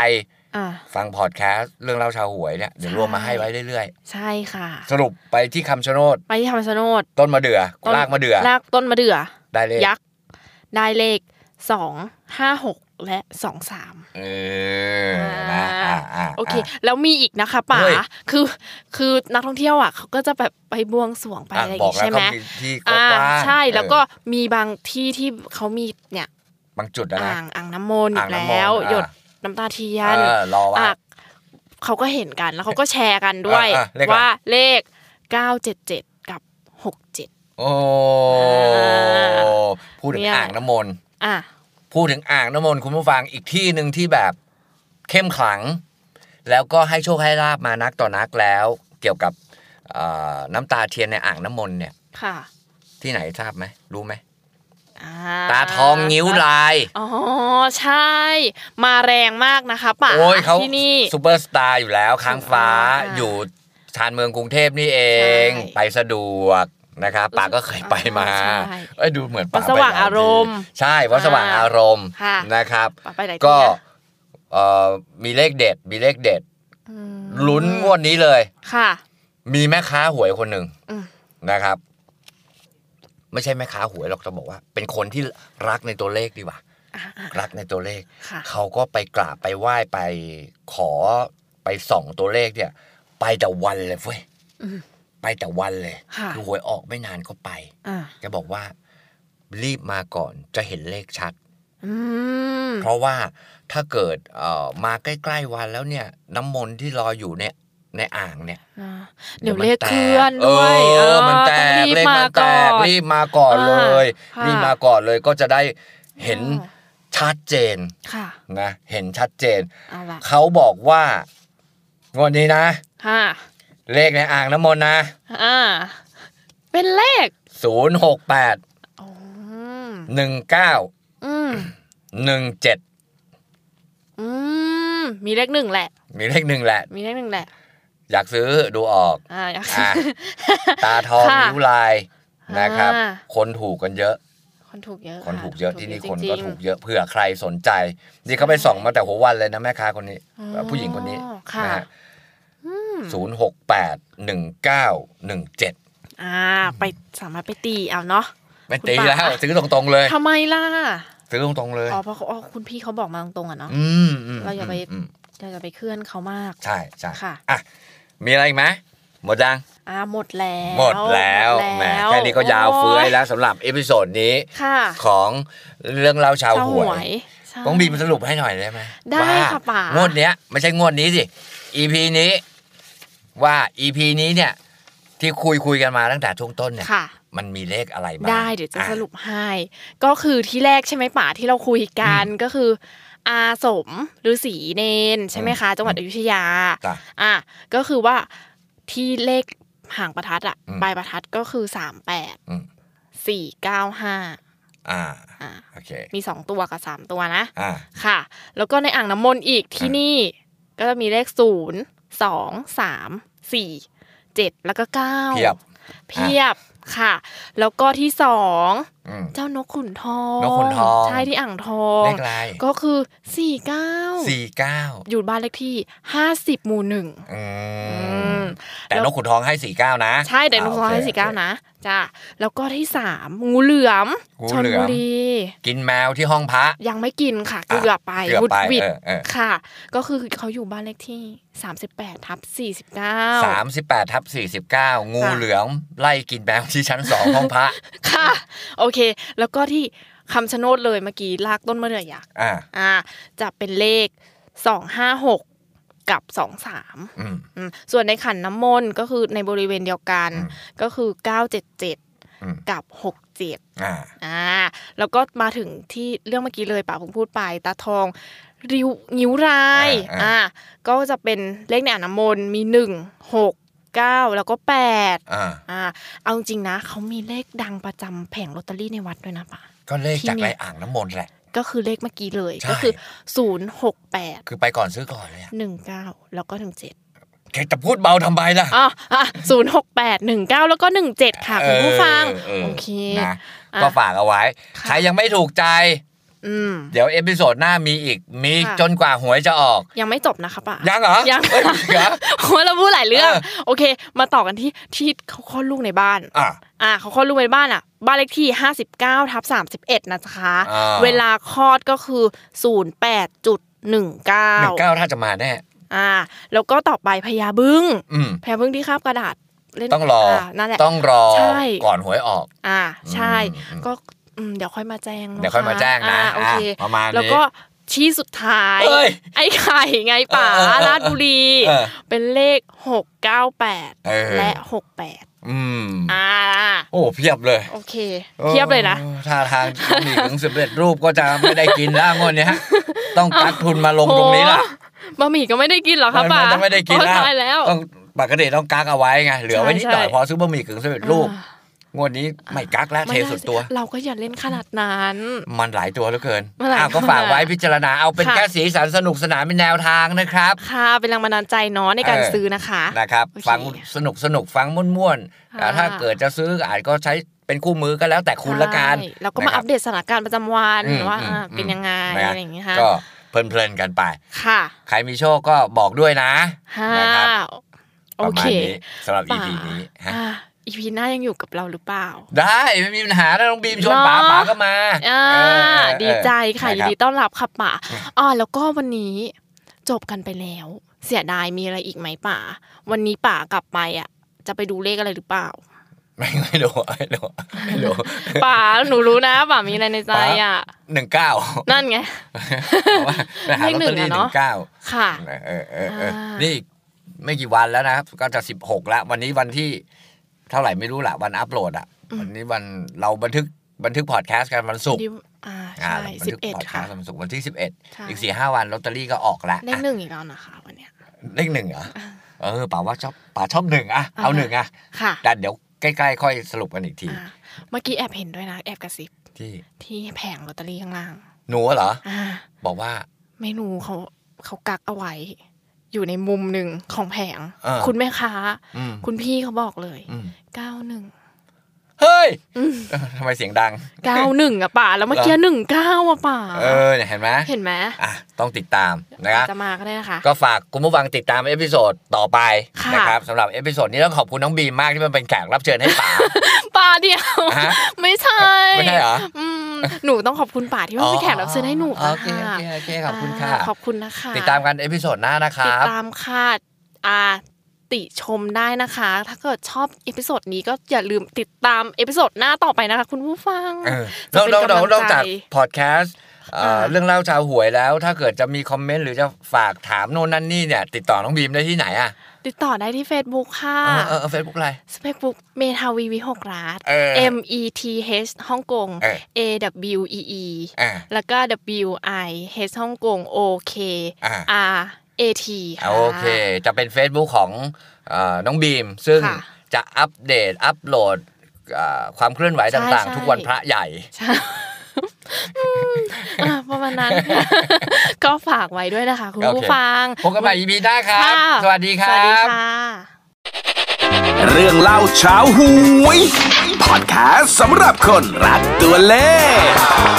Speaker 2: อ่า
Speaker 3: ฟังพอดแคสต์เรื่องเล่าชาวหวยเนี่ยเดี๋ยว
Speaker 2: ใช่
Speaker 3: รวมมาให้ไว้เรื่อย
Speaker 2: ใช่ค่ะ
Speaker 3: ๆ สรุปไปที่คำชะโนด
Speaker 2: ไปที่คำชะโนด
Speaker 3: ต้นมะเดื่อ
Speaker 2: ต้น
Speaker 3: รากมะเดื่อ
Speaker 2: รากต้นมะเดื่อ
Speaker 3: ได้เลข
Speaker 2: ยักษ์ ได้เลขสองห้าหกและสองสาม
Speaker 3: เออนะอ่ะะะ
Speaker 2: โอเค แล้วมีอีกนะคะป๋า
Speaker 3: เฮ้ย
Speaker 2: คือคือนักท่องเที่ยวอ่ะเขาก็จะแบบไปบวงสรวงไป
Speaker 3: อ่ะ
Speaker 2: อะไรอย่า
Speaker 3: บ
Speaker 2: ง
Speaker 3: อก
Speaker 2: งี้
Speaker 3: แล้ว
Speaker 2: ใช่ไหม
Speaker 3: เขามีที่กว้า
Speaker 2: อ่าง
Speaker 3: ๆ
Speaker 2: ใช่แล้วก็
Speaker 3: เอ
Speaker 2: มีบางที่ที่เขามีเนี่ย
Speaker 3: อบางจุดนะนะ
Speaker 2: อ่างอ่างน้ำมนต์
Speaker 3: อ่าง
Speaker 2: อีก
Speaker 3: น้ำมนต์
Speaker 2: แล้ว
Speaker 3: อ่า
Speaker 2: หยดน้ำตาเทียน
Speaker 3: เออรอไว้
Speaker 2: อ่ะเขาก็เห็นกันแล้วเขาก็แชร์กันด้วย
Speaker 3: อ่ะอ่ะเลขอะไร
Speaker 2: ว่าเลข 977 กับ 67
Speaker 3: โอ้
Speaker 2: อ่า
Speaker 3: พูดถึ
Speaker 2: เนี่
Speaker 3: ง
Speaker 2: ย
Speaker 3: อ่างน้ำมนต์
Speaker 2: อ่ะ
Speaker 3: พูดถึงอ่างน้ำมนต์คุณผู้ฟังอีกที่หนึ่งที่แบบเข้มขลัง แล้วก็ให้โชคให้ลาบมานักต่อนักแล้ว เกี่ยวกับเอ่อน้ำตาเทียนในอ่างน้ำมนต์เนี่ย
Speaker 2: ค่ะ
Speaker 3: ที่ไหนทราบไหมรู้ไหม
Speaker 2: อ่
Speaker 3: ตาทองนิ้วลาย
Speaker 2: อ๋อใช่ มาแรงมากนะคะป๋า
Speaker 3: โอ้ยเขา
Speaker 2: ที่นี่
Speaker 3: ซูเปอร์สตาร์อยู่แล้วค้างฟ้า
Speaker 2: อ่า
Speaker 3: อยู่ชานเมืองกรุงเทพนี่เอง
Speaker 2: ใช่
Speaker 3: ไปสะดวกนะครับป่าก็เคยไปมา
Speaker 2: ใช่
Speaker 3: เอ้ยดูเหมือนป่า
Speaker 2: วัดสว่าง
Speaker 3: ไปหลย
Speaker 2: อารมณ์
Speaker 3: ที่ใช่วัดสว่างอารมณ์
Speaker 2: ค่ะ
Speaker 3: นะครับ
Speaker 2: ป๋าไปไหน
Speaker 3: ก็เอ่อมีเลขเด็ด มีเลขเด็ด ลุ้นงวดนี้เลย
Speaker 2: ค่ะ
Speaker 3: มีแม่ค้าหวยคนหนึ่ง
Speaker 2: อืม
Speaker 3: นะครับ ไม่ใช่แม่ค้าหวยหรอกจะบอกว่า เป็นคนที่รักในตัวเลขดีกว่า
Speaker 2: อ่ะอ่ะ
Speaker 3: รักในตัวเลข
Speaker 2: ค่ะ
Speaker 3: เขาก็ไปกราบไปไหว้ไปขอไปส่องตัวเลขเนี่ย ไปแต่วันเลยเว้ย
Speaker 2: อืม
Speaker 3: ไปแต่วันเลย
Speaker 2: ค่ะ
Speaker 3: อหวยออกไม่นานก็ไป
Speaker 2: อ่ะ
Speaker 3: แกบอกว่า รีบมาก่อนจะเห็นเลขชัด
Speaker 2: อืม
Speaker 3: เพราะว่าถ้าเกิดเอ่อมาใกล้ๆวันแล้วเนี่ย น้ำมนต์ที่รออยู่เนี่ย ในอ่างเนี่ย
Speaker 2: อ่าเดี๋ยว
Speaker 3: มัน
Speaker 2: เลขเคลื่อนด้ว
Speaker 3: แต
Speaker 2: ย
Speaker 3: กเออมันแต
Speaker 2: ต้อง
Speaker 3: ก
Speaker 2: รีบ
Speaker 3: เลข
Speaker 2: มา
Speaker 3: มันแต
Speaker 2: ก่อก น
Speaker 3: รีบมาก่อนเลย
Speaker 2: อ่ารี
Speaker 3: รีบมาก่อนเลยก็จะได้เห็น
Speaker 2: อ่า
Speaker 3: ชัดเจน
Speaker 2: ค่ะ
Speaker 3: นะเห็นชัดเจน
Speaker 2: เอาละ
Speaker 3: เขาบอกว่า งวดนี้นะ
Speaker 2: ค่ะ
Speaker 3: เลขในอ่างน้ำมนต์นะ
Speaker 2: อ่าเป็นเลข
Speaker 3: ศูนย์หกแปด
Speaker 2: อ๋อ
Speaker 3: หนึ่งเก้า
Speaker 2: อืม
Speaker 3: หนึ่งเจ็ด
Speaker 2: อืมมีเลขหนึ่งแหละ
Speaker 3: มีเลขหนึ่งแหละ
Speaker 2: มีเลขหนึ่งแหละ
Speaker 3: อยากซื้อดูออก
Speaker 2: อ่าอยาก
Speaker 3: อ่ะ ตาทอง
Speaker 2: ค่ะ
Speaker 3: นิ้วลายนะครับ
Speaker 2: อ่า
Speaker 3: คนถูกกันเยอะ
Speaker 2: คนถูกเยอะ
Speaker 3: คนถูกเยอะที่นี่คน
Speaker 2: จริงๆ
Speaker 3: ก็ถูกเยอะเผื่อใครสนใจ นี่เขาไปส่องมาแต่หัววันเลยนะแม่ค้าคนนี้
Speaker 2: อ๋อ
Speaker 3: ผู้หญิงคนนี้
Speaker 2: ค่ะ
Speaker 3: นะฮะ
Speaker 2: อืม
Speaker 3: ศูนย์หกแปดหนึ่งเก้าหนึ่งเจ็ด
Speaker 2: อ่าไปสามารถไปตีเอาเนาะ
Speaker 3: ไม่ตี
Speaker 2: คุณ
Speaker 3: แล้
Speaker 2: ป้า
Speaker 3: วซื้อตรงๆเลย
Speaker 2: ทำไมล่ะ
Speaker 3: ซื้อตรงๆเลย
Speaker 2: อ๋อเพราะเขาอ๋อคุณพี่เขาบอกมาตรงๆอ่ะเนาะ
Speaker 3: อืมม
Speaker 2: เราอย่าไป
Speaker 3: ม
Speaker 2: เราจะไปเคลื่อนเขามาก
Speaker 3: ใช่ใช่
Speaker 2: ค่ะ
Speaker 3: อ่ะ มีอะไรอีกไหมหมดยัง
Speaker 2: อ่าหมดแล้ว
Speaker 3: หมดแล้ว
Speaker 2: หมด
Speaker 3: แหมแค่นี้ก็ยาวเฟ้ยแล้วสำหรับเอพิโซดนี้
Speaker 2: ค่ะ
Speaker 3: ของเรื่องเล่าชาว
Speaker 2: เจ้าห
Speaker 3: หว
Speaker 2: วย ยใช่
Speaker 3: ต้องบีมสรุปให้หน่อยได้ไหม
Speaker 2: ได้
Speaker 3: ว่า
Speaker 2: ค่ะป๋าง
Speaker 3: วดเนี้ย ไม่ใช่งวดนี้สิ EP นี้ ว่า EP นี้เนี่ย ที่คุยคุยกันมาตั้งแต่ช่วงต้นเนี่ย
Speaker 2: ค่ะ
Speaker 3: มันมีเลขอะไรบ้าง
Speaker 2: ได้เดี๋ยวจะ
Speaker 3: อ่
Speaker 2: สรุปให้ ก็คือที่แรกใช่ไหมป่าที่เราคุยกันก็คือ อาสมฤาษีเนนใช่ไหมคะจังหวัดอยุธยา
Speaker 3: จ้ะ
Speaker 2: อ่ะก็คือว่าที่เลขห่างประทัดอ่ะ
Speaker 3: อืม
Speaker 2: ปลายประทัดก็คือสามแปด
Speaker 3: อืม
Speaker 2: สี่เก้าห้า
Speaker 3: อ่า
Speaker 2: อ่ะ
Speaker 3: โอเค
Speaker 2: มีสองตัวกับสามตัวนะ
Speaker 3: อ่า
Speaker 2: ค่ะ แล้วก็ในอ่างน้ำมนต์อีกที่นี่ ก็จะมีเลขศูนย์สองสามสี่เจ็ดแล้วก็เก้า
Speaker 3: เพียบ
Speaker 2: เพียบค่ะ แล้วก็ที่สอง
Speaker 3: อืม
Speaker 2: เจ้านกขุนทอง
Speaker 3: นกขุนทอง
Speaker 2: ใช่ที่อ่างทอง
Speaker 3: เลขอะไร
Speaker 2: ก็คือสี่เก้า
Speaker 3: สี่เก้า
Speaker 2: อยู่บ้านเลขที่ห้าสิบหมู่หนึ่ง
Speaker 3: อื
Speaker 2: อื
Speaker 3: ม
Speaker 2: ม
Speaker 3: แต่
Speaker 2: แล้ว
Speaker 3: นกขุนทองให้สี่เก้านะ
Speaker 2: ใช่แต่นกขุนทอง
Speaker 3: โค
Speaker 2: ให้สี่เก้า
Speaker 3: โอค
Speaker 2: นะจ้าแล้วก็ที่สามงูเหลือม
Speaker 3: งู
Speaker 2: ชน
Speaker 3: เหลือม
Speaker 2: บุรี
Speaker 3: กินแมวที่ห้องพระ
Speaker 2: ยังไม่กินค่ะ
Speaker 3: อ่ะ
Speaker 2: เกือบไป
Speaker 3: เกือบ
Speaker 2: วุด
Speaker 3: ไป
Speaker 2: วิด
Speaker 3: เออเออ
Speaker 2: ค่ะ ก็คือเขาอยู่บ้านเลขที่ 38ทับ
Speaker 3: สาม
Speaker 2: 49
Speaker 3: สิบแปดทับสี่สิบเก้างู
Speaker 2: จ้ะ
Speaker 3: เหลือมไล่กินแมวที่ชั้นสองห้องพระ
Speaker 2: ค่ะ โอเค แล้วก็ที่ คำชะโนดเลยเมื่อกี้ลากต้นมะเดื่อยักษ์
Speaker 3: อ่า
Speaker 2: อ่า จะเป็นเลขสองห้าหกกับสองสาม
Speaker 3: อืม
Speaker 2: อืมส่วนในขันน้ำมนต์ก็คือในบริเวณเดียวกัน
Speaker 3: อืม
Speaker 2: ก็คือเก้าเจ็ดเจ็ด
Speaker 3: อืม
Speaker 2: กับหกเจ็ด
Speaker 3: อ่า
Speaker 2: อ่าแล้วก็มาถึงที่เรื่องเมื่อกี้เลยป่าผมพูดไปตาทอง ริ้วนิ้วราย
Speaker 3: อ่า
Speaker 2: อ่าก็จะเป็นเลขในอ่างน้ำมนต์มีหนึ่งหกเก้าแล้วก็แปด
Speaker 3: อ่า
Speaker 2: อ่าเอาจริงๆนะเขามีเลขดังประจำแผงลอตเตอรี่ในวัดด้วยนะป่า
Speaker 3: ก็เลขจาก
Speaker 2: ที่มี
Speaker 3: ไรอ่างน้ำมนต์แหละ
Speaker 2: ก็คือเลขเมื่อกี้เลย
Speaker 3: ใช่
Speaker 2: ก็คือศูนย์หกแปด
Speaker 3: คือไปก่อนซื้อก่อนเลยอะ
Speaker 2: หนึ่งเก้าแล้วก็หนึ่งเจ็ด
Speaker 3: แกจะพูดเบาทำไมล่ะ
Speaker 2: อ๋ออ่ะศูนย์หกแปดหนึ่งเก้าแล้วก็หนึ่งเจ็ดค่ะคุณผู้ฟัง
Speaker 3: เออ
Speaker 2: โอเค
Speaker 3: นะ
Speaker 2: อ่ะ
Speaker 3: ก็ฝากเอาไว้
Speaker 2: ค่ะ
Speaker 3: ใครยังไม่ถูกใจ
Speaker 2: อืม
Speaker 3: เดี๋ยวเอพิโซดหน้ามีอีก มี
Speaker 2: ค่ะ
Speaker 3: จนกว่าหวยจะออก
Speaker 2: ยังไม่จบนะคะป่า
Speaker 3: ยังเหรอ
Speaker 2: ยัง
Speaker 3: เอ้มีเหรอ
Speaker 2: โอ้ย เราพูดหลายเรื่อง
Speaker 3: เออ
Speaker 2: โอเค มาต่อกันที่ที่เขาคลอดลูกในบ้าน
Speaker 3: อ่ะ
Speaker 2: อ่าเขาคลอดลูกในบ้านอ่ะ บ้านเลขที่ 59ทับ31 นะคะ
Speaker 3: อ่า
Speaker 2: เวลาคลอดก็คือ
Speaker 3: หนึ่ง
Speaker 2: 08.19
Speaker 3: เก้าถ้าจะมาแน่
Speaker 2: อ่า แล้วก็ต่อไปพญาบึ้ง
Speaker 3: อืม
Speaker 2: พญาบึ้งที่คาบกระดาษเล่น
Speaker 3: ต้องรออา
Speaker 2: นั่นแหละ
Speaker 3: ต้องรอ
Speaker 2: ใช่
Speaker 3: ก่อนหวยออก
Speaker 2: อ่า ใช่
Speaker 3: อืมอืม
Speaker 2: ก็อืมเดี๋ยวค่อยมาแจ้งนะ
Speaker 3: เดี๋ยวค่อยมาแจ้งนะ
Speaker 2: อ่าโอเค
Speaker 3: อ่ะประมาณนี้
Speaker 2: แล้วก็ชี้สุดท้าย
Speaker 3: เอ้ย
Speaker 2: ไอ้ไข่ไงป๋า
Speaker 3: เออเออเออ
Speaker 2: ราชบุรี
Speaker 3: เออ
Speaker 2: เป็นเลข
Speaker 3: เออ
Speaker 2: 698 และ 68
Speaker 3: อืม
Speaker 2: อ่า
Speaker 3: โอ้เพียบเลย
Speaker 2: โอเค เทียบเลยนะ
Speaker 3: ออท่าทางหมี่ถึงสำเร็จรูปก็จะไม่ได้กิน แล้วงวดเนี้ยต้องกัดทุนมาลงตรงนี้ล่ะ
Speaker 2: โอ้บะหมี่ก็ไม่ได้กินเหรอครับ
Speaker 3: มัน
Speaker 2: ป่า
Speaker 3: มันไม่ได้กิน
Speaker 2: โอ้
Speaker 3: แล้ว
Speaker 2: ตายแล้ว
Speaker 3: ต้องปกติต้องกักเอาไว้ไง เหลือไว้นิดหน่อย
Speaker 2: ใช่
Speaker 3: พอซื้อบะหมี่กึ่งสำเร็จรูป
Speaker 2: อ่า
Speaker 3: งวดนี้ไม่กักแล้วเท
Speaker 2: ไม่ไ
Speaker 3: สุดตัว
Speaker 2: เราก็อย่าเล่นขนาดนั้น
Speaker 3: มันหลายตัวเหลือเกิน
Speaker 2: มันหลาย
Speaker 3: อ้าวก็
Speaker 2: ตัว
Speaker 3: ฝากไว้พิจารณาเอาเป็น
Speaker 2: ค่ะ
Speaker 3: แค่สีสันสนุกสนานเป็นแนวทางนะครับ
Speaker 2: ค่ะเป็นแรงบันดาลใจเนาะในการ
Speaker 3: เออ
Speaker 2: ซื้อนะคะ
Speaker 3: นะครับ
Speaker 2: โอเค
Speaker 3: ฟังสนุกสนุกฟังม่วนม่วนๆแต่
Speaker 2: ค่ะ
Speaker 3: ถ้าเกิดจะซื้ออาจก็ใช้เป็นคู่มือก็แล้วแต่คุณละกัน
Speaker 2: ใช่เราก็มา
Speaker 3: นะค
Speaker 2: อั
Speaker 3: รับ
Speaker 2: ปเดตสถานการณ์ประจำวัน
Speaker 3: อืม
Speaker 2: ว่า
Speaker 3: อืม
Speaker 2: อ่าเป็นยังไง
Speaker 3: นะ
Speaker 2: อะไรอย่างเงี้ยค่ะ
Speaker 3: ก็เพลินๆกันไป
Speaker 2: ค่ะ
Speaker 3: ใครมีโชคก็บอกด้วยนะ
Speaker 2: ห้า
Speaker 3: นะครับ
Speaker 2: โอ
Speaker 3: ประมา
Speaker 2: เค
Speaker 3: ณนี้สำหรับ
Speaker 2: ป่า
Speaker 3: EP นี้ฮะ
Speaker 2: อ่า EP หน้ายังอยู่กับเราหรือเปล่า
Speaker 3: ได้ไม่มีปัญหานะน้องบีมชวนป๋า
Speaker 2: เนอะ
Speaker 3: ป๋าก็มา
Speaker 2: อ่า
Speaker 3: เออ
Speaker 2: ดีใจค่ะ
Speaker 3: น
Speaker 2: ยิน
Speaker 3: รับ
Speaker 2: ดีต้อนรับค่ะป่าอ่าแล้วก็วันนี้จบกันไปแล้ว เสียดายมีอะไรอีกไหมป่า วันนี้ป่ากลับไปอ่ะ จะไปดูเลขอะไรหรือเป ล่า
Speaker 3: ไม่ไม่รู้ไม่รู้ไม่ รู้
Speaker 2: ป่าหนูรู้นะป่ามีอะไรในใจอ่ะ
Speaker 3: หนึ่งเก้า
Speaker 2: นั่นไง
Speaker 3: ว่าไปหาลอต
Speaker 2: เลขห
Speaker 3: เตอรี่
Speaker 2: นึ่งอะ
Speaker 3: ห
Speaker 2: เน
Speaker 3: นึ่
Speaker 2: อะ
Speaker 3: งเก้า
Speaker 2: ค่ะ
Speaker 3: เออเออเออ
Speaker 2: อ่านี่
Speaker 3: นี่ไม่กี่วันแล้วนะครับก็จะสิบหกแล้ววันนี้วันที่เท่าไหร่ไม่รู้ละวันอัปโหลดอ่ะ วันนี้วันเราบันทึกบันทึกพอดแคสต์กันวันศุกร์
Speaker 2: ดิวอ่า
Speaker 3: อ่า
Speaker 2: ใช่
Speaker 3: เราบัน
Speaker 2: สิบ
Speaker 3: ทึก
Speaker 2: เอ็ด
Speaker 3: พอดแค
Speaker 2: ค่ะ
Speaker 3: สต์วันศุกร์วันที่สิบเอ็ด
Speaker 2: ใช่
Speaker 3: อีกสี่ห้าวันลอตเตอรี่ก็ออกแล้ว
Speaker 2: เลขหนึ่งอีกแล้วนะคะวันเนี้ย
Speaker 3: เลขหนึ่งเหรอเออป๋าว่าชอบป๋าชอบหนึ่งอะเอา
Speaker 2: เอานะ
Speaker 3: หนึ่งอะ
Speaker 2: ค่ะ
Speaker 3: แต่เดี๋ยวใกล้ๆค่อยสรุปกันอีกที
Speaker 2: อ่าเมื่อกี้แอบเห็นด้วยนะแอบกระซิบ
Speaker 3: ที่
Speaker 2: ที่แผงลอตเตอรี่ข้างล่าง
Speaker 3: หนูเหรอ
Speaker 2: อ่า
Speaker 3: บอกว่า
Speaker 2: เมนูเขาเขากักเอาไว้ อยู่ในมุมหนึ่งของแผง
Speaker 3: เออ
Speaker 2: คุณแม่ค้า
Speaker 3: อืม
Speaker 2: คุณพี่เขาบอกเลย
Speaker 3: อืม
Speaker 2: เก้า หนึ่ง
Speaker 3: เฮ้ยเออ ทำไมเสียงดัง
Speaker 2: เก้าหนึ่งอะป่าแล้วเมื่อกี้หนึ่งเก้าอะป่า
Speaker 3: เออเนี่ยเห็นไหม
Speaker 2: เห็นไหม
Speaker 3: อ่ะต้องติดตามนะ
Speaker 2: อา
Speaker 3: ครับ
Speaker 2: จจะมาก็ได้นะคะ
Speaker 3: ก็ฝากคุณผู้ฟังติดตามเอพิโซดต่อไป
Speaker 2: ค่ะ
Speaker 3: นะครับสำหรับเอพิโซดนี้ต้องขอบคุณน้องบีมมากที่มันเป็นแขกรับเชิญให้ป๋า
Speaker 2: ป่าเดียว
Speaker 3: ฮะ
Speaker 2: ไม่ใช่
Speaker 3: ไม่ใช่เหรอ
Speaker 2: มหนูต้องขอบคุณป่าที่ว่าเป็นแขกรับเชิญให้หนู
Speaker 3: โอเคโอเค
Speaker 2: ค่ะ
Speaker 3: โอเคขอบคุณค่ะ
Speaker 2: าขอบคุณนะคะ
Speaker 3: ติดตามกันเอพิโซดหน้านะค
Speaker 2: ติ
Speaker 3: รั
Speaker 2: ด
Speaker 3: บ
Speaker 2: ตามค่ะอาติชมได้นะคะ ถ้าเกิดชอบเอพิโซดนี้ก็อย่าลืมติดตามเอพิโซดหน้าต่อไปนะคะ คุณผู้ฟัง
Speaker 3: เออ
Speaker 2: จะเป็น
Speaker 3: นอกนอก
Speaker 2: กำลังใจ
Speaker 3: นอกจากพอดแคสต์เอ่อ
Speaker 2: ค่ะ
Speaker 3: เรื่องเล่าชาวหวยแล้ว ถ้าเกิดจะมีคอมเมนต์หรือจะฝากถามโน่นนั่นนี่เนี่ยติดต่อน้องบีมได้ที่ไหนอ่ะ
Speaker 2: ติดต่อได้ที่ Facebook ค่ะ
Speaker 3: เออเฟซบุ๊กอะไร
Speaker 2: Facebook เมทาวีวิหกรัฐ
Speaker 3: เออ
Speaker 2: M E T H ฮ่องกง
Speaker 3: เออ
Speaker 2: A W E E
Speaker 3: อ่า
Speaker 2: แล้วก็ W I H ฮ่องกง O K
Speaker 3: อ่ะ
Speaker 2: R A T ค่ะ
Speaker 3: โอเค จะเป็น Facebook ของเอ่อน้องบีม ซึ่ง
Speaker 2: ค่ะ
Speaker 3: จะอัปเดตอัปโหลดเอ่อความเคลื่อนไหว
Speaker 2: ใช่
Speaker 3: ต่าง
Speaker 2: ใช่
Speaker 3: ๆ ทุกวันพระใหญ่
Speaker 2: ใช่อืมอ่ะประมาณ นั้น ก็ฝากไว้ด้วยนะคะ คุณ
Speaker 3: โอเค
Speaker 2: ผู้ฟัง
Speaker 3: พบกันใหม่ EP หน้าครับ
Speaker 2: ค่ะ
Speaker 3: สวัสดีค
Speaker 2: ส
Speaker 3: รั
Speaker 2: วัสดี
Speaker 3: บ
Speaker 2: ค่ะ
Speaker 1: เรื่องเล่าเช้าหวย พอดแคสต์สำหรับคนรักตัวเลข